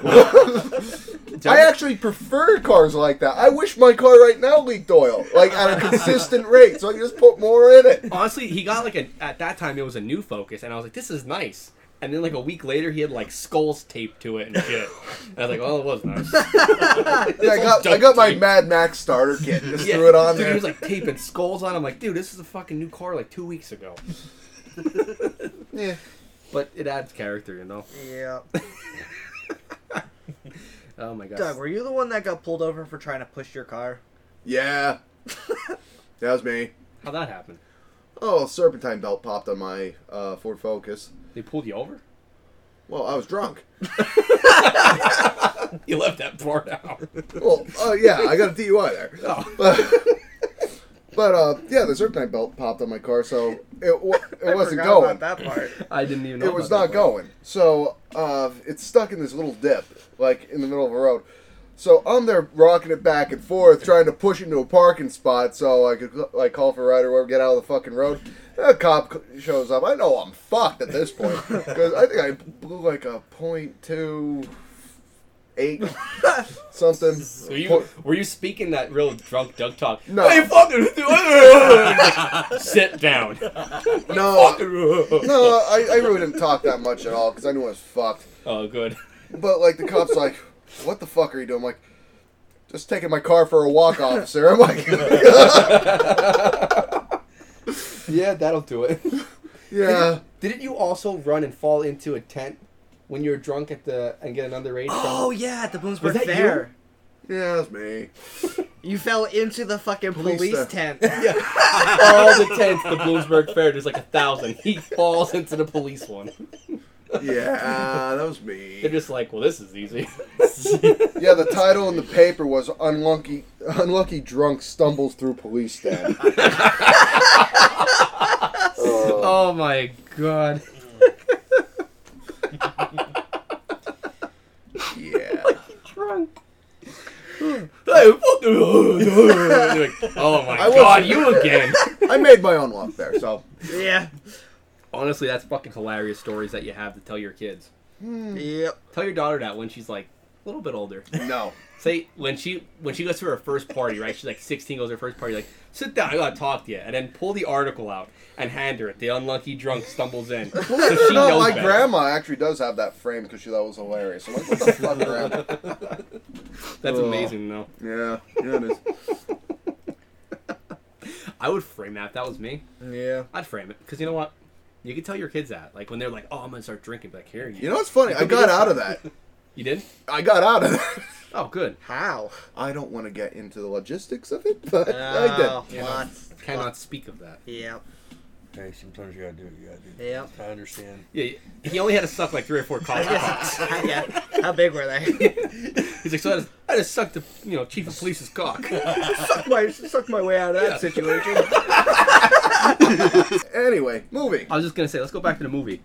Tell I me- actually prefer cars like that. I wish my car right now leaked oil, like at a consistent rate, so I can just put more in it. honestly, he got like a at that time it was a new Focus, and I was like, this is nice. And then like a week later, he had like skulls taped to it and shit. And I was like, well, it was nice. And I got I got my Mad Max starter kit. and Just threw it on dude, there. He was like taping skulls on. I'm like, dude, this is a fucking new car like two weeks ago. yeah. But it adds character, you know. yeah. Oh my god. Doug, were you the one that got pulled over for trying to push your car? yeah, that was me. How that happened? Oh, a serpentine belt popped on my uh, Ford Focus. They pulled you over? Well, I was drunk. You left that part out. Well, oh yeah, I got a DUI there. Oh. But uh, yeah, the serpentine belt popped on my car, so it wa- it wasn't I going. forgot about that part. I didn't even know. it was about not that part. going. So uh, it's stuck in this little dip, like in the middle of a road. So I'm there rocking it back and forth, trying to push into a parking spot so I could like call for a ride or whatever, get out of the fucking road. A cop c- shows up. I know I'm fucked at this point because I think I blew like a point two eight something. So you Po- were you speaking that real drunk duck talk? No. Hey, fucking Like, sit down. no, no, I, I really didn't talk that much at all because I knew I was fucked. Oh, good. But like the cops like, what the fuck are you doing? I'm like, just taking my car for a walk, officer. I'm like, Yeah, that'll do it. yeah. Didn't you also run and fall into a tent when you were drunk at the and get an underage? Oh yeah, at the Bloomsburg Was that Fair. Yeah, that's me. You? fell into the fucking Police police, tent. tent. Yeah. All the tents, the Bloomsburg Fair, there's like a thousand. He falls into the police one. Yeah, that was They're me. just like, well, this is easy. Yeah, the title in the paper was "Unlucky Unlucky Drunk Stumbles Through Police Stand." Uh, oh my god. yeah. Drunk. Hey, fuck the- Like, oh my I god, wasn't- you again. I made my own luck there, so yeah. Honestly, that's fucking hilarious stories that you have to tell your kids. Yep. Hmm. Tell your daughter that when she's like a little bit older. no. Say when she when she goes to her first party, right? She's like sixteen, goes to her first party. Like, sit down, I gotta talk to you, and then pull the article out and hand her it. The unlucky drunk stumbles in, so she No, knows my better. grandma actually does have that frame because she thought it was hilarious. I'm like, what the fuck, grandma? That's Ugh. amazing, though. Yeah, yeah, it is. I would frame that if that was me. Yeah. I'd frame it because you know what? You can tell your kids that, like when they're like, "Oh, I'm gonna start drinking," be like, here you, You know what's funny? I got out of that. you did. I got out of that. Oh, good. How? I don't want to get into the logistics of it, but Oh, I Yeah. lots. Cannot speak of that. Yep. Hey, sometimes you gotta do what you gotta do. Yep. I understand. Yeah, he only had to suck like three or four I college guess. cocks. yeah. How big were they? He's like, so I just, I just sucked the you know chief of police's cock. suck my suck my way out of that situation. did. Anyway, moving. I was just gonna say, let's go back to the movie.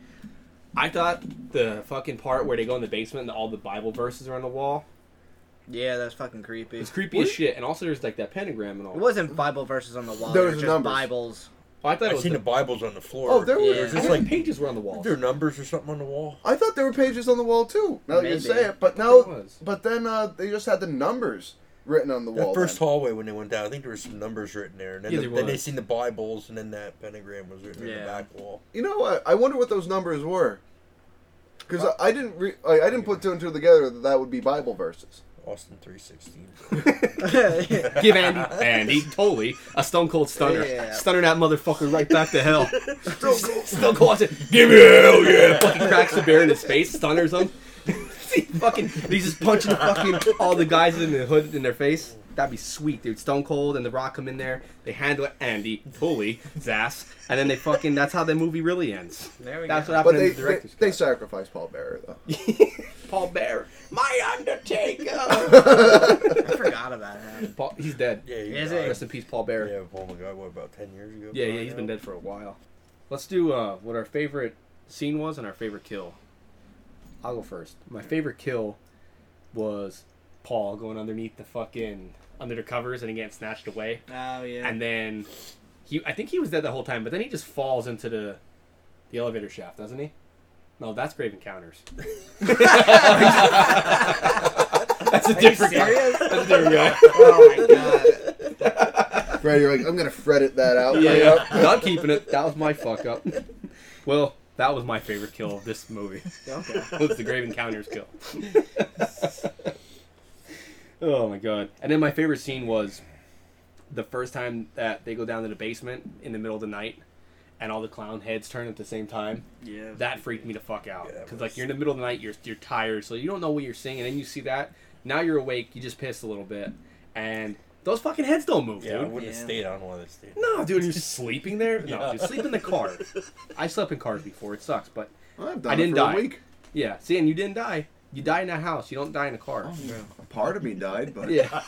I thought the fucking part where they go in the basement and all the Bible verses are on the wall yeah, that's fucking creepy. its It creepy as shit. And also, there's like that pentagram and all. wasn't Bible verses on the wall. There There was was just numbers. Bibles. I thought it I've was seen the, the Bibles on the floor. Oh, there Yeah. were. Is I this think like pages were on the wall. there numbers or something on the wall? I thought there were pages on the wall too. Now that you Maybe. say it, but There now, was. but then uh, they just had the numbers written on the That wall. first then. hallway when they went down, I think there were some numbers written there, and then, Yeah, the- there then they was. seen the Bibles, and then that pentagram was written in the Yeah. back wall. You know what? I wonder what those numbers were, because I, I didn't re- I, I didn't put two and two together that that would be Bible verses. Austin three sixteen. yeah. Give Andy, Andy, totally a stone cold stunner. Yeah. Stunner that motherfucker right back to hell. stone cold. Stone Give me hell, yeah. Fucking cracks the bear in his face, stunners him. He fucking, he's just punching the fucking all the guys in the hood in their face. That'd be sweet, dude. Stone Cold and The Rock come in there. They handle Andy, Tully, Zass, and then they fucking. That's how the movie really ends. There we That's go. what happened But they in the they, director's they cut. sacrificed Paul Bearer though. Paul Bear, my Undertaker. I forgot about that. Paul, he's dead. Yeah, he Is died. Rest in peace, Paul Bear. Yeah, oh my god, what about ten years ago? Yeah, yeah, by he's now? been dead for a while. Let's do uh, what our favorite scene was and our favorite kill. I'll go first. My favorite kill was Paul going underneath the fucking under the covers and he getting snatched away, Oh yeah. and then he I think he was dead the whole time, but then he just falls into the the elevator shaft, doesn't he? No, that's Grave Encounters. that's a Are you different guy. serious? That's a different guy. oh my god. Right, you're like I'm gonna fredit that out. Yeah, right yeah. up. No, I'm keeping it. That was my fuck up. Well, that was my favorite kill of this movie. Okay. was the Grave Encounters kill. oh my god. And then my favorite scene was the first time that they go down to the basement in the middle of the night and all the clown heads turn at the same time. Yeah. That freaked me the fuck out. Yeah, that Because, was- like, you're in the middle of the night, you're, you're tired, so you don't know what you're seeing, and then you see that. Now you're awake, you just pissed a little bit. And those fucking heads don't move, Yeah, I dude. wouldn't have Yeah. stayed. I don't want to stay. No, dude, you're sleeping there? No, Yeah. dude, sleep in the car. I slept in cars before. It sucks, but I've done I it didn't for die. a week. yeah. See, and you didn't die. You die in that house. You don't die in a car. A part of me died, but Yeah.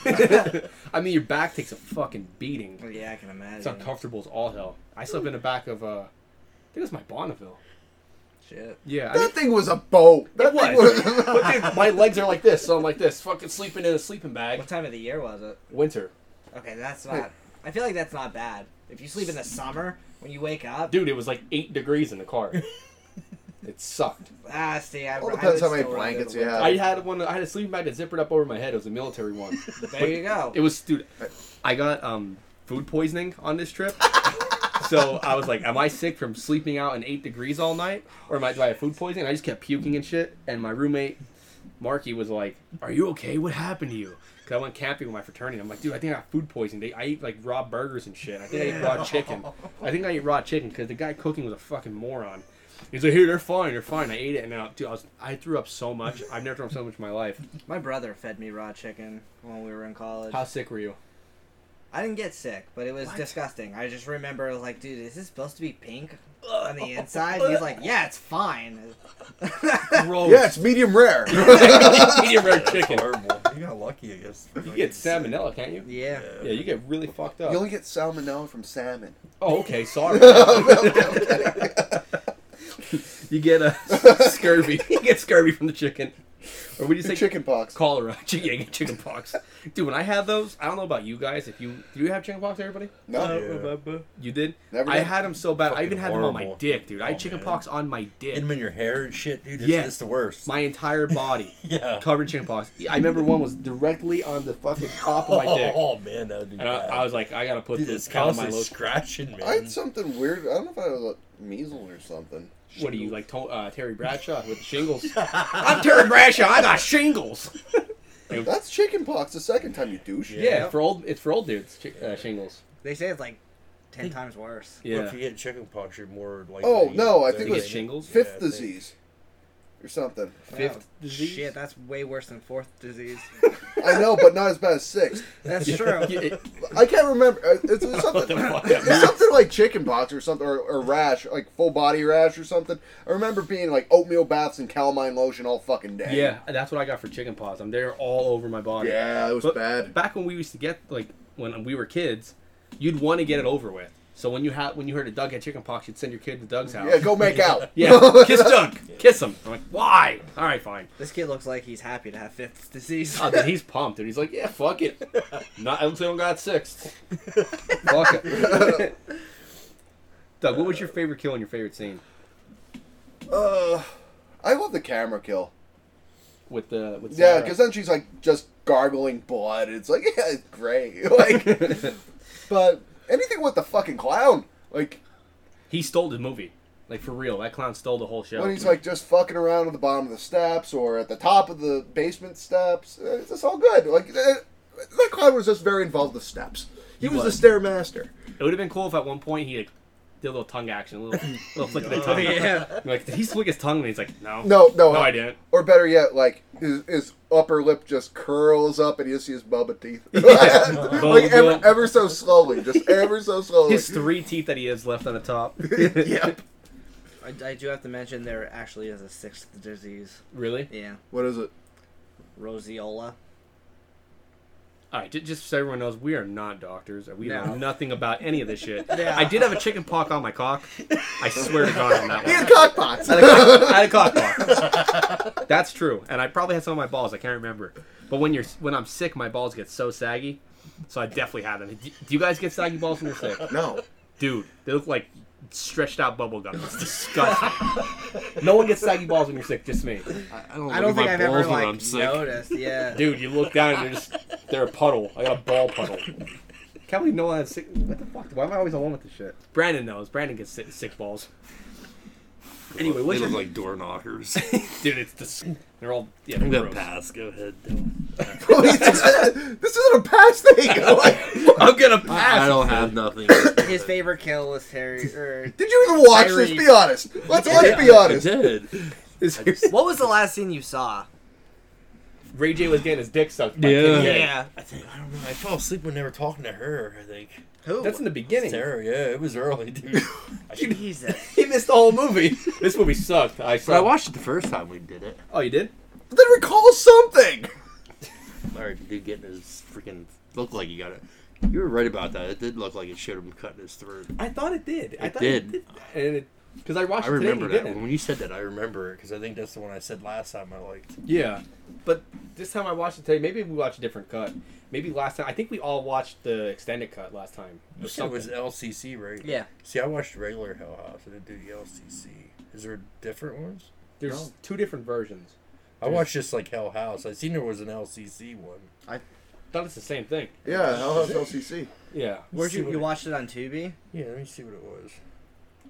I mean, your back takes a fucking beating. Well, Oh, yeah, I can imagine. It's uncomfortable as all hell. I slept in the back of, uh, I think it was my Bonneville. shit. Yeah, I That mean, thing was a boat. That it thing was. but dude, my legs are like this, so I'm like this, fucking sleeping in a sleeping bag. What time of the year was it? Winter, Okay, that's not. I feel like that's not bad. If you sleep in the summer when you wake up, dude, it was like eight degrees in the car. it sucked. ah, see, I, All I depends would how many still rather blankets live- you have. I had one. I had a sleeping bag that zippered up over my head. It was a military one. There you go. It was, dude. I got um, food poisoning on this trip. So I was like, "Am I sick from sleeping out in eight degrees all night, or am I do I have food poisoning?" I just kept puking and shit. And my roommate, Marky, was like, "Are you okay? What happened to you?" Because I went camping with my fraternity. I'm like, "Dude, I think I got food poisoning. They, I ate like raw burgers and shit. I think I ate raw chicken. I think I ate raw chicken because the guy cooking was a fucking moron." He's like, "Here, they're fine. They're fine. I ate it, and then, I- dude, I was I threw up so much. I've never thrown up so much in my life. My brother fed me raw chicken when we were in college. How sick were you?" I didn't get sick, but it was What? disgusting. I just remember, I was like, dude, is this supposed to be pink on the inside? And he's like, yeah, it's fine. Gross. yeah, it's medium rare. medium rare chicken. Horrible. You got lucky, I guess. You get salmonella, can't you? yeah. Yeah, you get really fucked up. You only get salmonella from salmon. Oh, okay, sorry. you get a scurvy. You get scurvy from the chicken, or would you say Chicken pox. cholera? Chi- Yeah, you get chicken pox. Dude, when I had those, I don't know about you guys. If you do, you have chicken pox, everybody? No, You did. Never I did. had them so bad. I Fucking even had them on my horrible. dick, dude. I Oh, had chicken man. pox on my dick. Get them in your hair and shit, dude. It's, Yeah. it's the worst. my entire body yeah. covered in chicken pox. I remember one was directly on the fucking top of my dick. Oh man, that would be And I, bad. I was like, I gotta put Dude, this it's kind of my constantly lotion. scratching, man. I had something weird. I don't know if I was a measles or something. What are you like, to- uh, Terry Bradshaw with shingles? I'm Terry Bradshaw. I got shingles. That's chicken pox. The second time you douche. Yeah, for old. It's for old dudes. chi- Uh, shingles. They say it's like 10 times worse. Well, Yeah. if you get chickenpox, you're more likely. Oh, to get no, I that think it was thing. shingles? Fifth Yeah, I think. disease or something. Fifth Wow. disease? Shit, that's way worse than fourth disease. I know, but not as bad as sixth. That's true. Yeah, it- I can't remember. Uh, It's, it's what the something. fuck? It's something like chicken pox or something, or, or rash, like full body rash or something. I remember being like oatmeal baths and calamine lotion all fucking day. yeah, that's what I got for chicken pox. I'm there all over my body. Yeah, it was But bad. Back when we used to get like when we were kids, you'd want to get it over with. So when you had when you heard a Doug had chicken pox, you'd send your kid to Doug's house. Yeah, go make out. Yeah, kiss Doug. Kiss him. I'm like, why? All right, fine. this kid looks like he's happy to have fifth disease. Oh, dude, he's pumped, dude. He's like, yeah, fuck it. Not, I don't got six. fuck it. Doug, what was your favorite kill and your favorite scene Uh, I love the camera kill. with the with Yeah, Sarah? because then she's like just gargling blood. It's like yeah, it's great. Like, but anything with the fucking clown, like he stole the movie, like for real. That clown stole the whole show. when he's like just fucking around at the bottom of the steps or at the top of the basement steps, uh, it's just all good. Like that, that clown was just very involved with steps. He, was, was. the stairmaster. it would have been cool if at one point he like, did a little tongue action, a little little flick of the Oh, tongue. yeah. Like did he flick his tongue, and he's like, no, No, no, no, I didn't. Or better yet, like his, his upper lip just curls up and you see his bubba teeth, like Bubba. ever, ever so slowly, just ever so slowly. His three teeth that he has left on the top. yep. I, I do have to mention there actually is a sixth disease. Really? Yeah. What is it? Roseola. All right, ju- just so everyone knows, we are not doctors. We No. know nothing about any of this shit. Yeah. I did have a chicken pock on my cock. I swear to God on that He one. had cockpots. I had a cock- I had a cock pock. That's true, and I probably had some of my balls. I can't remember. But when you're when I'm sick, my balls get so saggy. So I definitely had them. Do do you guys get saggy balls when you're sick? no. Dude, they look like stretched out bubble gum. It's disgusting. no one gets saggy balls when you're sick, just me. I don't, I don't think I've ever like I'm sick. noticed. Yeah. Dude, you look down and they're just they're a puddle. I got a ball puddle. Can't believe no one has sick. What the fuck? Why am I always alone with this shit? Brandon knows. Brandon gets sick, sick balls. Anyway, they what's your look like door knockers. dude? It's dis- they're all yeah. I'm They're gonna gross. pass. Go ahead. this isn't a past thing. Like, I'm gonna I pass. don't have nothing. His favorite kill was Harry. er, Or... did you even watch this? Tyrese. Be honest. Let's, Yeah. let's be I honest. did. Is- What was the last scene you saw? Ray J was getting his dick sucked. By Yeah. Kim K. Yeah. I think I don't know. I fell asleep when they were talking to her. I think. Who? That's in the beginning. Sarah, yeah, it was early, dude. I should. Jesus. He missed the whole movie. this movie sucked. I But I saw. watched it the first time we did it. Oh, you did? Then recall something. Larry, the dude getting his freaking looked like he got it. You were right about that. It did look like it showed him cutting his throat. I thought it did. I It thought did. And it Because I watched I it today and remember you that didn't. one. When you said that, I remember it because I think that's the one I said last time I liked. Yeah, but this time I watched it today. Maybe we watched a different cut. Maybe last time I think we all watched the extended cut last time. You Or said it was something. LCC, right? Yeah. See, I watched regular Hell House. I didn't do the LCC. Is there different ones? There's No. two different versions. I watched just like Hell House. I seen there was an LCC one. Thought it's the same thing. Yeah, Hell House LCC. Yeah. Where'd see you what you it- watched it on Tubi? Yeah, let me see what it was.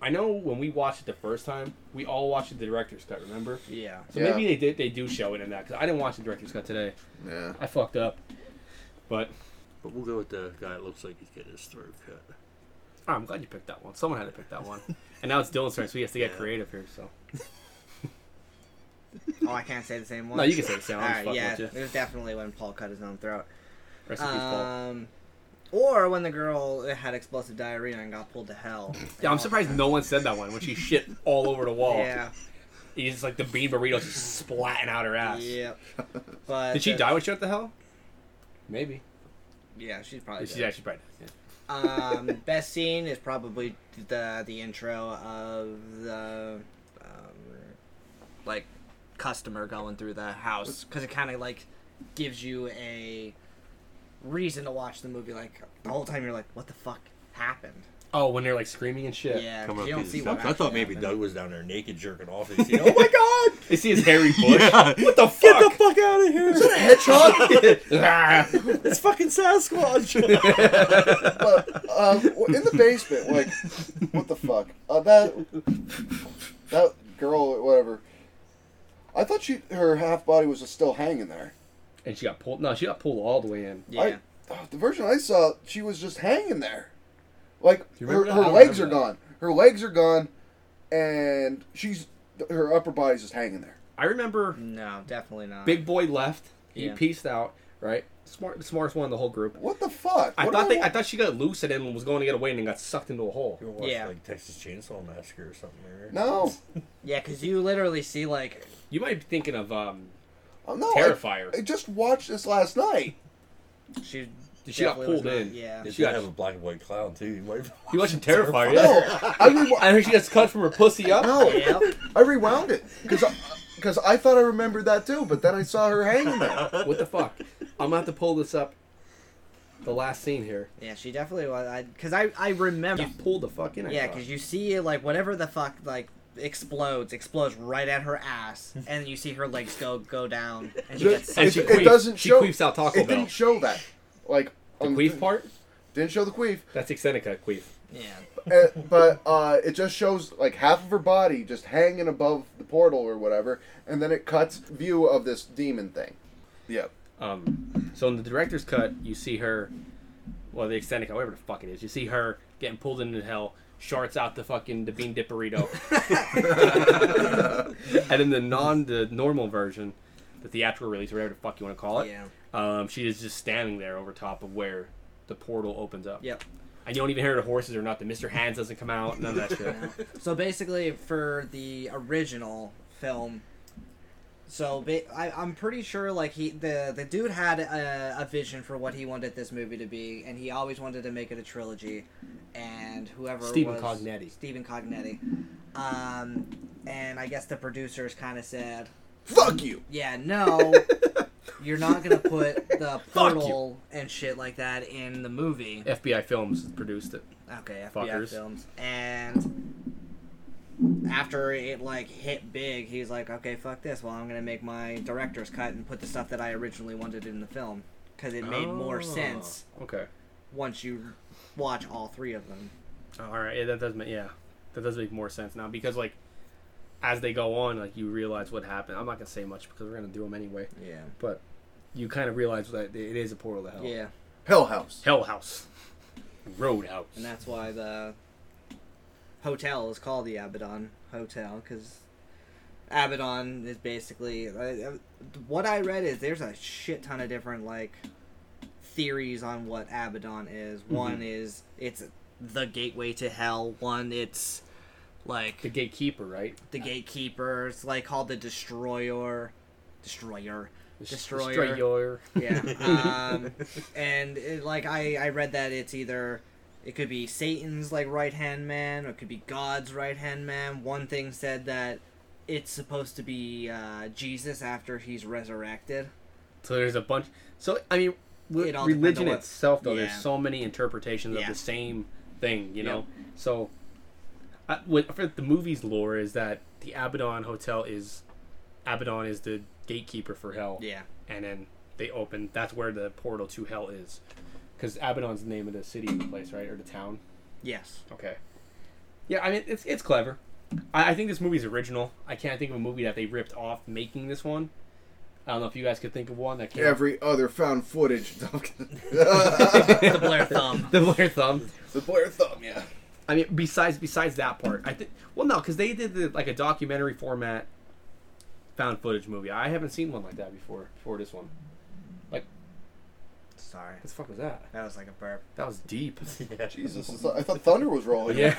I know when we watched it the first time, we all watched the director's cut. Remember? Yeah. So Yeah. maybe they did. They do show it in that because I didn't watch the director's cut today. Yeah. I fucked up. But But we'll go with the guy that looks like he's getting his throat cut. ah, I'm glad you picked that one. Someone had to pick that one. and now it's Dylan's turn, so he has to get Yeah. creative here. So Oh, I can't say the same one. no, you can say the same. All I'm just right, fucking yeah, with you. it was definitely when Paul cut his own throat. Rest in peace, Uh, Paul. Um, or when the girl had explosive diarrhea and got pulled to hell. Yeah, I'm surprised no one said that one when she shit all over the wall. Yeah, He's just like the bean burritos just splatting out her ass. yeah. But Did she the- die when she went to hell? Maybe. Yeah, she's probably. She, dead. yeah, she probably did. um, best scene is probably the the intro of the um, like customer going through the house because it kind of like gives you a reason to watch the movie. Like the whole time you're like, what the fuck happened? Oh, when they're like screaming and shit. Yeah, 'cause Coming you up don't these see steps. what. I thought actually maybe happened. Doug was down there naked jerking off. And he's, oh my god! They see his hairy bush. God! What the fuck? Get the fuck out of here! Is that a hedgehog? Ah. it's fucking Sasquatch! but um, in the basement, like, what the fuck? Uh, that that girl, whatever. I thought she her half body was just still hanging there. and she got pulled. No, she got pulled all the way in. Yeah. I, oh, the version I saw, she was just hanging there. Like you her, remember that? I her don't legs are remember gone. Her legs are gone, and she's her upper body's just hanging there. I remember No, definitely not. Big Boy left. He Yeah. pieced out. Right. Smart, the smartest one in the whole group. What the fuck? I What thought am they, I thought she got loose and then was going to get away and then got sucked into a hole. You watch Yeah. like Texas Chainsaw Massacre or something, right? no, Yeah, because you literally see like You might be thinking of um, Oh, no. I- Terrifier. I, just watched this last night. she. She got definitely was pulled in. not- Yeah. They She should got- have a black and white clown too. You might you watching Terrifier? No, Yeah. I rewa- I heard she gets cut from her pussy up. No, Yep. I rewound it because because I thought I remembered that too, but then I saw her hanging there. What the fuck? I'm gonna have to pull this up. The last scene here. Yeah, she definitely was. I Because I, I remember. You pulled the fuck in. I Yeah, thought. because you see like whatever the fuck like explodes, explodes right at her ass, and you see her legs go go down, and she gets And it, she it queefs- doesn't she show. queefs out Taco it Bell. didn't show that. Like the Um, on queef part. didn't show the queef, That's Exenica queef. yeah, uh, but uh, it just shows like half of her body just hanging above the portal or whatever, and then it cuts view of this demon thing. Yeah. Um, so in the director's cut, you see her, well, the extended cut, whatever the fuck it is, you see her getting pulled into hell, sharts out the fucking the bean dip burrito, and in the non the normal version, the theatrical release, whatever the fuck you want to call it, yeah, um, she is just standing there over top of where the portal opens up. yep. And you don't even hear the horses or nothing. Mr. Hands doesn't come out, none of that shit. So basically, for the original film, so ba- I, I'm pretty sure like he the the dude had a, a vision for what he wanted this movie to be, and he always wanted to make it a trilogy, and whoever Stephen was, Cognetti. Stephen Cognetti, um, and I guess the producers kind of said. Fuck you. Yeah, no. you're not gonna put the portal and shit like that in the movie. FBI Films produced it. Okay, FBI Fuckers. films. And after it like hit big, he's like, "Okay, fuck this. Well, I'm gonna make my director's cut and put the stuff that I originally wanted in the film because it made more Oh, sense Okay. once you watch all three of them." Oh, all right, yeah, that does make yeah, that does make more sense now because like, as they go on, like you realize what happened. I'm not gonna say much because we're gonna do them anyway, Yeah. but you kind of realize that it is a portal to hell. Yeah, Hell House. Hell House, Roadhouse. and that's why the hotel is called the Abaddon Hotel because Abaddon is basically I- I- what I read is there's a shit ton of different like theories on what Abaddon is. One is it's the gateway to hell. One it's the like gatekeeper, right? the gatekeeper. It's like called the destroyer. Destroyer. Destroyer. Destroyer. uh, Yeah. Um, and it, like I, I read that it's either It could be Satan's like right hand man, or it could be God's right hand man. One thing said that it's supposed to be uh, Jesus after he's resurrected. So there's a bunch. So I mean, with It all depends religion on what- itself, though, yeah. there's so many interpretations Yeah. of the same thing. You Yeah. know, so I, what, I forget the movie's lore is that the Abaddon Hotel is Abaddon is the gatekeeper for hell, Yeah, and then they open. That's where the portal to hell is, because Abaddon's the name of the city, and the place, right, or the town. yes. Okay. Yeah, I mean it's it's clever. I, I think this movie's original. I can't think of a movie that they ripped off making this one. I don't know if you guys could think of one that came Every other found footage. the the Blair thumb. the Blair Thumb. Blair thumb, yeah. I mean, besides besides that part, I think. Well, no, because they did the, like a documentary format, found footage movie. I haven't seen one like that before. Before this one, Sorry, what the fuck was that? that was like a burp. That was deep. Yeah. Jesus, I thought- I thought thunder was rolling. yeah,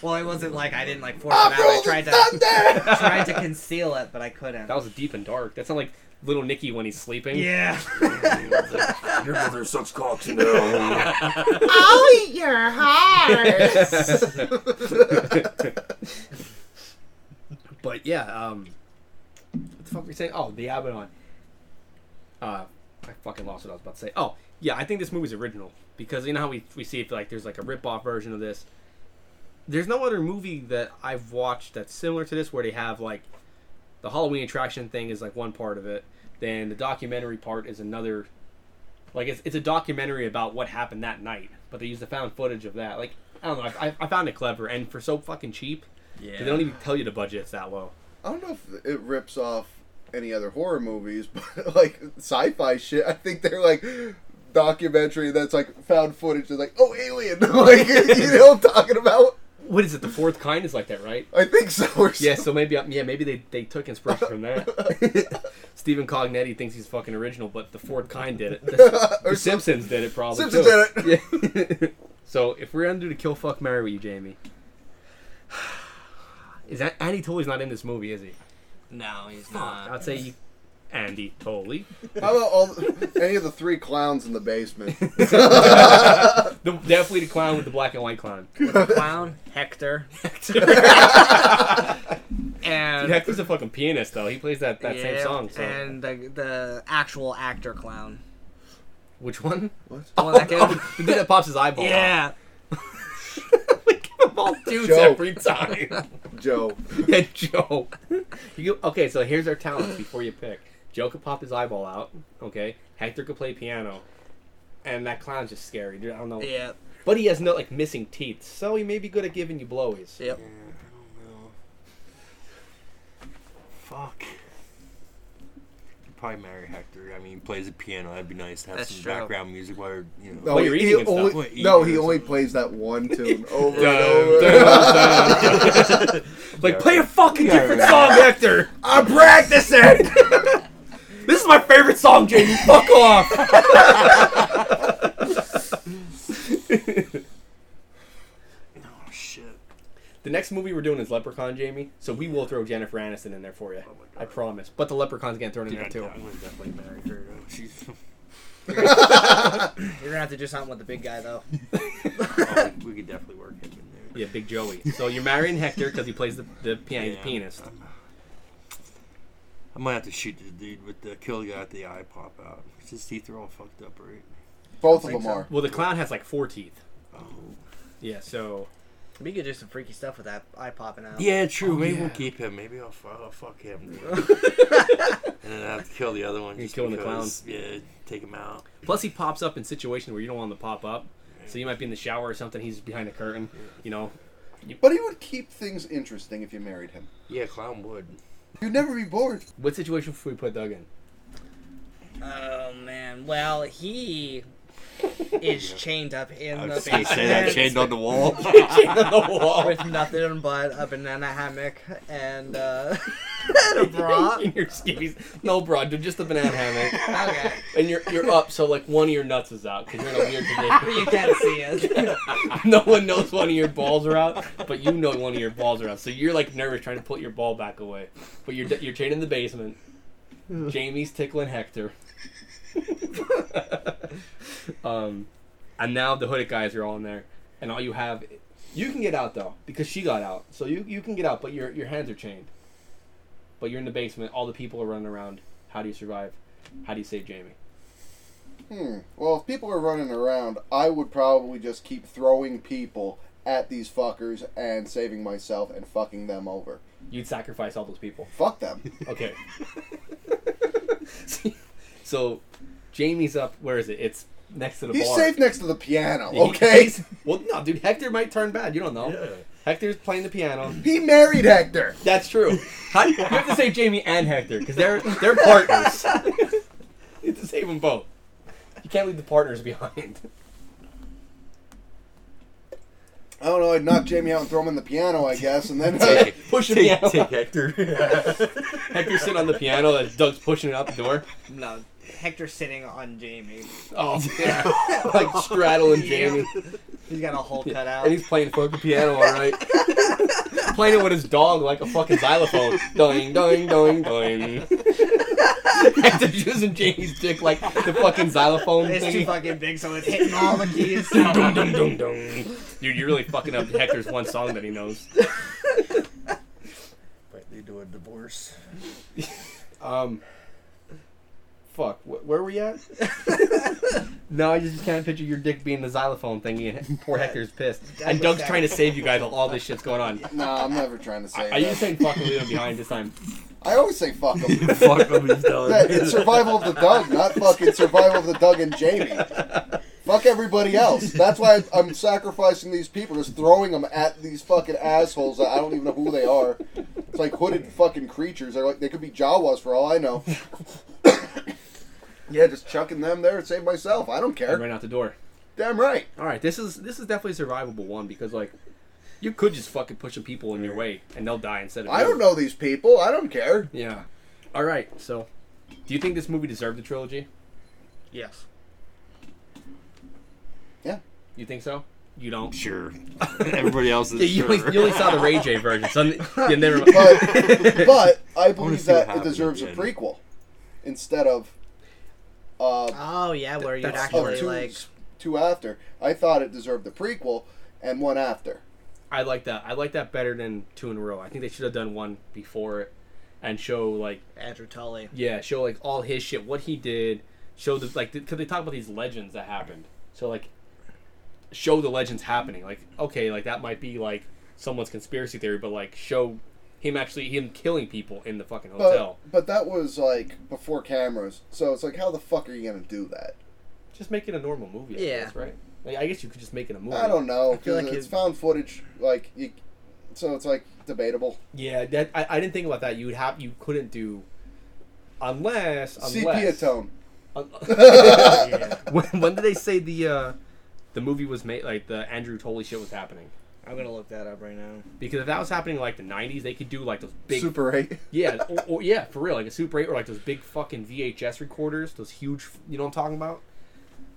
Well, it wasn't like I didn't like force it out. I'm I rolling tried to thunder. tried to conceal it, but I couldn't. that was deep and dark. That's not like little Nicky when he's sleeping. Yeah. Your mother sucks cocks now. I'll eat your But yeah, um, what the fuck were you saying? Oh, the Abaddon. Uh, I fucking lost what I was about to say. Oh, yeah, I think this movie's original because you know how we we see it like there's like a rip off version of this. There's no other movie that I've watched that's similar to this where they have like the Halloween attraction thing is like one part of it, then the documentary part is another. Like it's it's a documentary about what happened that night, but they use the found footage of that. Like I don't know, I, I, I found it clever and for so fucking cheap. They don't even tell you the budget's that low. I don't know if it rips off any other horror movies, but like sci-fi shit, I think they're like documentary that's like found footage. They're like, oh, alien. like you know what I'm talking about? What is it? The fourth kind is like that, right? I think so. Or Yeah. So maybe uh, yeah maybe they, they took inspiration from that. Stephen Cognetti thinks he's fucking original, but the fourth kind did it. The, Or some- Simpsons did it probably. Simpsons too. did it. Yeah. so if we're gonna do the kill fuck marry with you, Jamie. Is that Andy Tolley's not in this movie, is he? No, he's I'd Uh, not. say you, Andy Tolley, something. How about all any of the three clowns in the basement? the, definitely the clown with the black and white clown. Clown Hector. And Hector's a fucking pianist though. He plays that, that same Yeah, song. So. And the the actual actor clown. Which one? what? The one that Oh, gave- the dude that pops his eyeball. out. yeah. we give him all dudes Joe. every time. Joe. yeah, Joe. You go- okay, so here's our talents before you pick. Joe could pop his eyeball out. Okay, Hector could play piano, and that clown's just scary. Dude, I don't know. Yeah. But he has no like missing teeth, so he may be good at giving you blowies. Yep. Fuck. You'd Probably marry Hector. I mean, he plays the piano. That'd be nice to have That's some true. background music while you know. No, Well, you're he, eating and stuff. only, Well, eating no, he or only something. plays that one tune over and Dun, over. dun, dun. like play a fucking Yeah, different right. song, Hector. I'm practicing. This is my favorite song, Jamie. Fuck off. Oh shit. The next movie we're doing is Leprechaun, Jamie. So we will throw Jennifer Aniston in there for you. Oh my God. I promise. But the Leprechaun's getting thrown in Dude, there I, too. I would definitely marry her. Though. She's You're gonna have to do something with the big guy though. oh, we, we could definitely work him in there. Yeah, Big Joey. So you're marrying Hector because he plays the the pian- Yeah. pianist. I might have to shoot the dude with the kill guy at the eye pop out. It's His teeth are all fucked up, right? Both of Think them so. are. Well, the clown has like four teeth. Oh. Yeah. So We could do some freaky stuff with that eye popping out. Oh, Yeah, true. Maybe yeah. we'll keep him. Maybe I'll, fu- I'll fuck him. dude. and then I have to kill the other one. You're just killing the because, Yeah, take him out. plus he pops up in situations where you don't want him to pop up. So you might be in the shower or something. He's behind the curtain. You know. But he would keep things interesting if you married him. Yeah, clown would. You'd never be bored. What situation should we put Doug in? Oh man. Well, he is chained up in I the was basement gonna say that chained on the wall. with nothing but a banana hammock and uh, and a bra. In your skivvies. No bra, dude. Just a banana hammock. Okay. And you're you're up, so like one of your nuts is out because you're in a weird But position. you can't see it. no one knows one of your balls are out, but you know one of your balls are out. So you're like nervous trying to put your ball back away, but you're you're chained in the basement. Jamie's tickling Hector. um, and now the hooded guys are all in there. and all you have, you can get out though because she got out. So you you can get out, but your your hands are chained. But you're in the basement. All the people are running around. How do you survive? How do you save Jamie? Hmm. Well, if people are running around, I would probably just keep throwing people at these fuckers and saving myself and fucking them over. You'd sacrifice all those people. Fuck them. Okay. so, Jamie's up. Where is it? It's next to the He's bar. safe next to the piano, He- okay? he's- well, no, dude. Hector might turn bad. You don't know. Hector's playing the piano. He married Hector. That's true. How, you have to save Jamie and Hector because they're they're partners. you have to save them both. You can't leave the partners behind. I don't know. I'd knock Jamie out and throw him in the piano, I guess, and then Take, Push him take, out. take Hector. Hector's sitting on the piano as Doug's pushing it out the door. No, Hector's sitting on Jamie. Oh, like straddling Jamie, He's got a hole cut out. and he's playing fucking piano, all right. playing it with his dog like a fucking xylophone. Doing, doing, doing, doing. Hector's using Jamie's dick like the fucking xylophone It's too thing. fucking big, so it's hitting all the keys. dum, dum, dum, dum. Dude, you're really fucking up Hector's one song that he knows. Might lead to a divorce. Um, fuck, wh- where were we at? no, I just can't picture your dick being the xylophone thingy, and poor Hector's pissed. and was Doug's sad. trying to save you guys while all this shit's going on. nah, I'm never trying to say. Are you that. saying fuck and leave him behind this time? I always say fuck him. Fuck him, he's done. That- it's survival of the Doug, not fucking survival of the Doug and Jamie. Fuck everybody else. That's why I'm sacrificing these people, just throwing them at these fucking assholes. That I don't even know who they are. It's like hooded fucking creatures. They're like they could be Jawas for all I know. yeah, just chucking them there and save myself. I don't And care. ran out the door. Damn right. All right, this is this is definitely a survivable one because like, you could just fucking push some people in your way and they'll die instead of. I you. don't know these people. I don't care. Yeah. All right, so, do you think this movie deserved a trilogy? yes. You think so? You don't. Sure. Everybody else is Yeah, you, sure. only, you only saw the Ray J version, so you never. But but I believe see what that it happens deserves a at the end. prequel instead of uh, Oh yeah, where you'd That's- Oh, actually two, like two after. I thought it deserved the prequel and one after. I like that. I like that better than two in a row. I think they should have done one before it and show like Andrew Tully. yeah, show like all his shit, what he did. Show the like because they talk about these legends that happened. So like, show the legends happening. Like okay, like that might be like someone's conspiracy theory, but like show him actually him killing people in the fucking But, hotel. but that was like before cameras, so it's like, how the fuck are you gonna do that? just make it a normal movie. I Yeah. guess, right. Like, I guess you could just make it a movie. I don't know. I feel 'cause like it's it- found footage, like you, so it's like debatable. Yeah, that I, I didn't think about that. You would have you couldn't do unless Sepia unless tone. Un- when, when did they say the uh, the movie was made? Like the Andrew Tolley shit was happening. I'm gonna look that up right now. Because if that was happening in, like the '90s, they could do like those big, Super eight. yeah, or, or- yeah, for real, like a Super 8 or like those big fucking VHS recorders, those huge, you know what I'm talking about?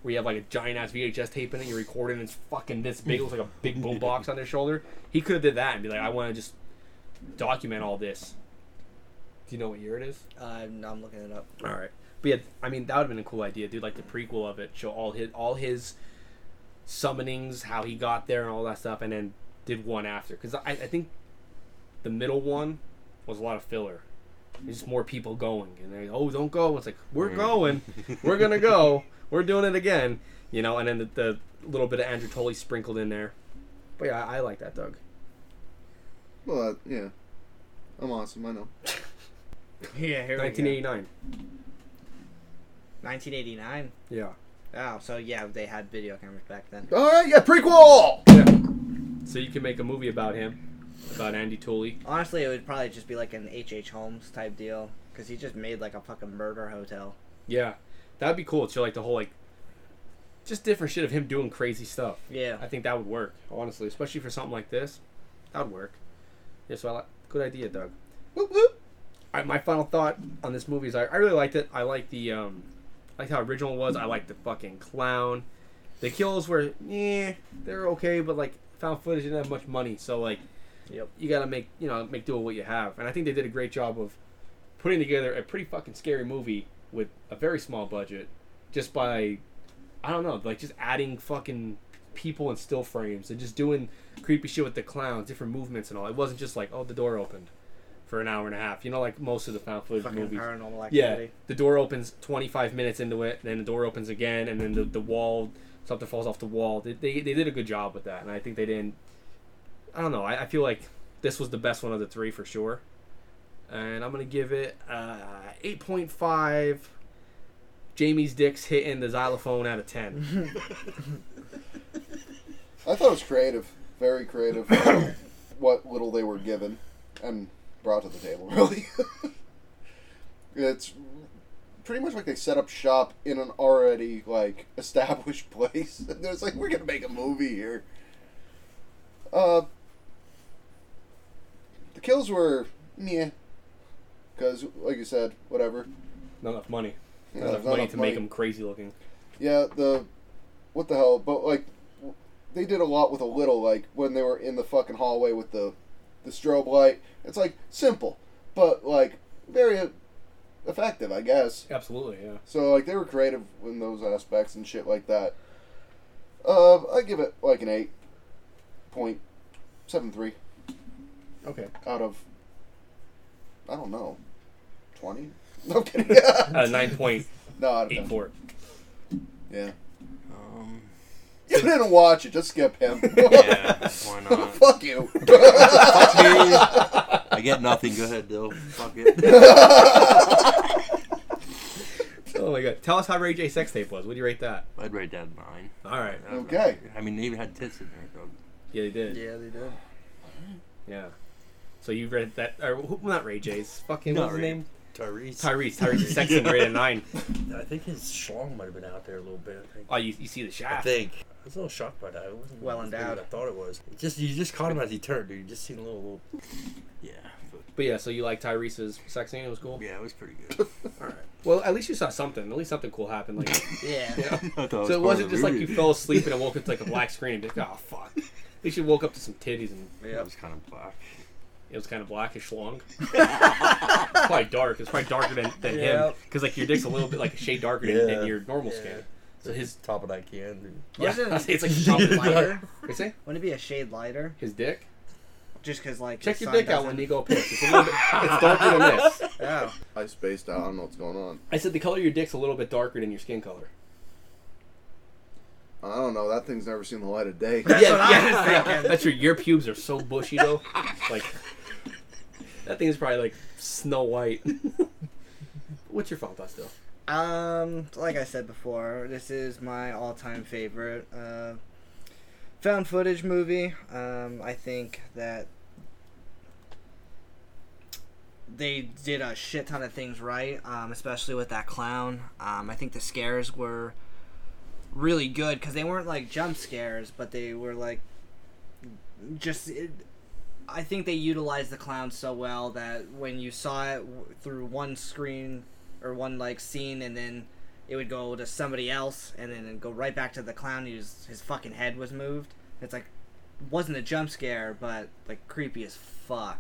Where you have like a giant ass VHS tape in it, you're recording, and it's fucking this big, it looks like a big boom box on their shoulder. He could have did that and be like, I want to just document all this. Do you know what year it is? Uh, I'm, I'm looking it up. All right, but yeah, I mean that would have been a cool idea, dude. Like the prequel of it, show all his all his summonings, how he got there, and all that stuff, and then did one after. Because I, I think the middle one was a lot of filler. It's just more people going, and they oh don't go. It's like we're Mm. going, we're gonna go, we're doing it again, you know. And then the, the little bit of Andrew Tully sprinkled in there. But yeah, I, I like that, Doug. Well, uh, yeah, I'm awesome. I know. Yeah, here 1989. 1989. Yeah. Oh, so yeah, they had video cameras back then. All right, yeah, prequel. So you can make a movie about him, about Andy Tully. Honestly, it would probably just be like an H.H. H. Holmes type deal because he just made like a fucking murder hotel. Yeah, that'd be cool. So like the whole like, just different shit of him doing crazy stuff. Yeah. I think that would work, honestly, especially for something like this. That'd work. Yeah, so I like good idea, Doug. Whoop, whoop. All right, my final thought on this movie is I, I really liked it. I liked the um, I liked how original it was. I liked the fucking clown. The kills were yeah, they're okay, but like found footage didn't have much money, so like Yep. you gotta make you know make do with what you have. And I think they did a great job of putting together a pretty fucking scary movie with a very small budget, just by I don't know, like just adding fucking people in still frames and just doing creepy shit with the clowns, different movements and all. It wasn't just like, oh, the door opened for an hour and a half. You know, like most of the found footage Fucking movies. paranormal Yeah, activity. the door opens 25 minutes into it, then the door opens again, and then the, the wall, something falls off the wall. They, they, they did a good job with that, and I think they didn't. I don't know. I, I feel like this was the best one of the three for sure. And I'm going to give it uh, 8.5 Jamie's dicks hitting the xylophone out of 10. I thought it was creative, very creative. what little they were given and brought to the table, really. it's pretty much like they set up shop in an already like established place. And there's like we're gonna make a movie here. Uh, the kills were meh, because like you said, whatever. Not enough money. Not Yeah, enough not money enough to money. make them crazy looking. Yeah, the what the hell? But like, w- they did a lot with a little. Like when they were in the fucking hallway with the the strobe light. It's like simple, but like very e, effective, I guess. Absolutely, yeah. So like they were creative in those aspects and shit like that. Uh, I give it like an eight point seven three Okay. out of I don't know twenty. No kidding. Uh, 9.84. no, I don't know. Yeah, Um, you didn't watch it. Just skip him. yeah, why not? Fuck you. I get nothing. Go ahead, though. Fuck it. Oh my god. Tell us how Ray J sex tape was. What do you rate that? I'd rate that a nine. All right. Okay. I mean, they even had tits in there, dog. Yeah, they did. Yeah, they did. Yeah. So you read that, or who- not Ray J's, fucking Not what's his Ray. name? Tyrese. Tyrese. Tyrese is sexy in grade at nine. I think his schlong might have been out there a little bit. I think. Oh, you, you see the I shaft. think. I was a little shocked by that. It wasn't Well as big as endowed. I thought it was. It just you just caught him as he turned, dude. You just seen a little. little Yeah, but, But yeah, so you like Tyrese's sex scene? It was cool. yeah, it was pretty good. Well, at least you saw something. At least something cool happened. Like, Yeah. I thought so it part wasn't of the just like movie. you fell asleep and woke up to like a black screen and be like, oh fuck. At least you woke up to some titties and It was kind of black. it was kind of blackish long. it's probably dark. It's probably darker than, than him Yeah. because like your dick's a little bit like a shade darker than, than Yeah. your normal Yeah. skin. So his top of that can, dude. yeah, Wasn't it- it's like something lighter. You see Wouldn't it be a shade lighter? his dick. Just because, like, Check his your son dick out when doesn't- you go piss. It's, a little bit, it's darker than this. Oh, I spaced out. I don't know what's going on. I said the color of your dick's a little bit darker than your skin color. I don't know. That thing's never seen the light of day. that's what I was thinking. That's true. Your pubes are so bushy though. Like that thing's probably like snow white. What's your fault, Dustin? Um, like I said before, this is my all-time favorite uh, found footage movie. Um, I think that they did a shit ton of things right, um, especially with that clown. Um, I think the scares were really good because they weren't like jump scares, but they were like just. It, I think they utilized the clown so well that when you saw it w- through one screen or one like scene and then it would go to somebody else and then it'd go right back to the clown whose his fucking head was moved. It's like wasn't a jump scare, but like creepy as fuck.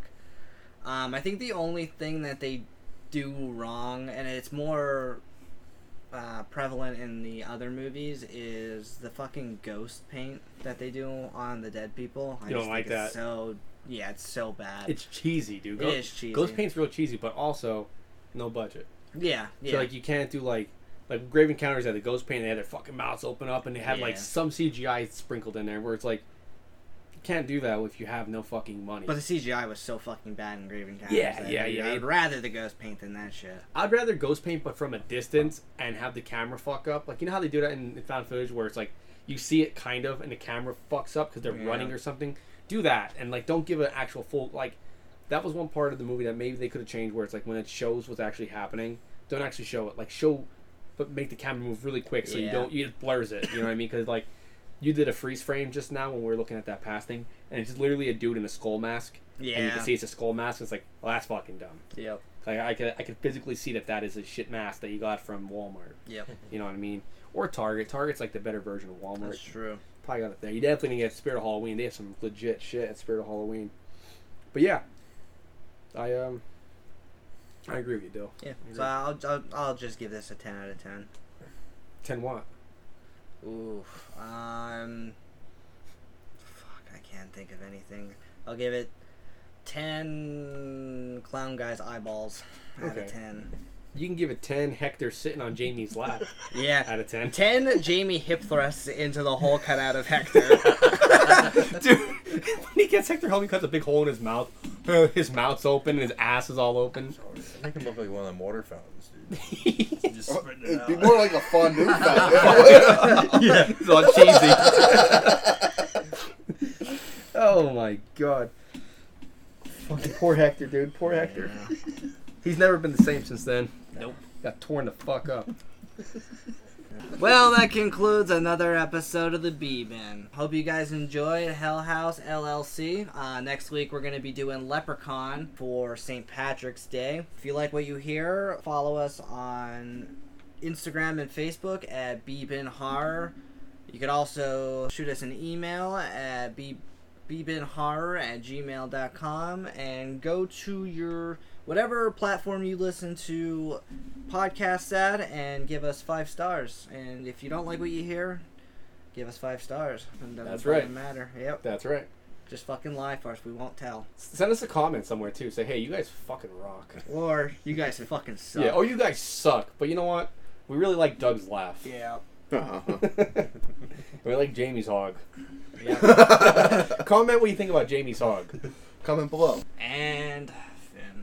Um, I think the only thing that they do wrong, and it's more uh, prevalent in the other movies, is the fucking ghost paint that they do on the dead people. I You don't just like think it's that? So yeah, it's so bad. It's cheesy, dude. It is cheesy. Ghost paint's real cheesy, but also no budget. yeah, yeah. So like you can't do like like Grave Encounters had the ghost paint. They had their fucking mouths open up, and they had like Yeah. some CGI sprinkled in there. Where it's like you can't do that if you have no fucking money. But the CGI was so fucking bad in Graven Encounters. Yeah, that yeah, I'd- yeah. I'd rather the ghost paint than that shit. I'd rather ghost paint, but from a distance, and have the camera fuck up. Like you know how they do that in, in found footage, where it's like you see it kind of, and the camera fucks up because they're Yeah. running or something. Do that, and like don't give an actual full like. That was one part of the movie that maybe they could have changed, where it's like when it shows what's actually happening, don't actually show it. Like show, but make the camera move really quick so you Yeah. don't you it blurs it. You know what I mean? Because like you did a freeze frame just now when we were looking at that past thing, and it's just literally a dude in a skull mask, and you Yeah. can see it's a skull mask. It's like well, that's fucking dumb. Yep. Like I could I could physically see that that is a shit mask that you got from Walmart. Yep. You know what I mean? Or Target. Target's like the better version of Walmart. That's true. Probably got it there. You definitely can get Spirit of Halloween. They have some legit shit at Spirit of Halloween. But yeah, I um I agree with you, Dill. Yeah. So I'll, I'll I'll just give this a ten out of ten. Ten watt. Oof. Um. can't think of anything. I'll give it ten clown guys eyeballs out Okay. of ten. You can give it ten Hector sitting on Jamie's lap Yeah. out of ten. Ten Jamie hip thrusts into the hole cut out of Hector. Dude, when he gets Hector home, he cuts a big hole in his mouth. His mouth's open and his ass is all open. Make him look like one of them water fountains, dude. Just spitting it It'd be out. more like a fondue fountain. yeah, it's all cheesy. oh my god. Fucking poor Hector, dude. Poor Hector. He's never been the same since then. Nope. Got torn the fuck up. well, that concludes another episode of the B Bin. Hope you guys enjoyed Hell House LLC. Uh, next week we're going to be doing Leprechaun for St. Patrick's Day. If you like what you hear, follow us on Instagram and Facebook at B Bin Horror. You can also shoot us an email at b bbinhorror at gmail.com and go to your whatever platform you listen to podcasts at and give us five stars. And if you don't like what you hear, give us five stars. And that That's doesn't fucking right. matter. Yep. That's right. Just fucking lie for us. We won't tell. Send us a comment somewhere too. Say, hey, you guys fucking rock. Or you guys fucking suck. Yeah, Oh, or you guys suck. But you know what? We really like Doug's laugh. yeah. we like Jamie's hog. yeah. Comment what you think about Jamie's hog. Comment Uh-huh. below. and.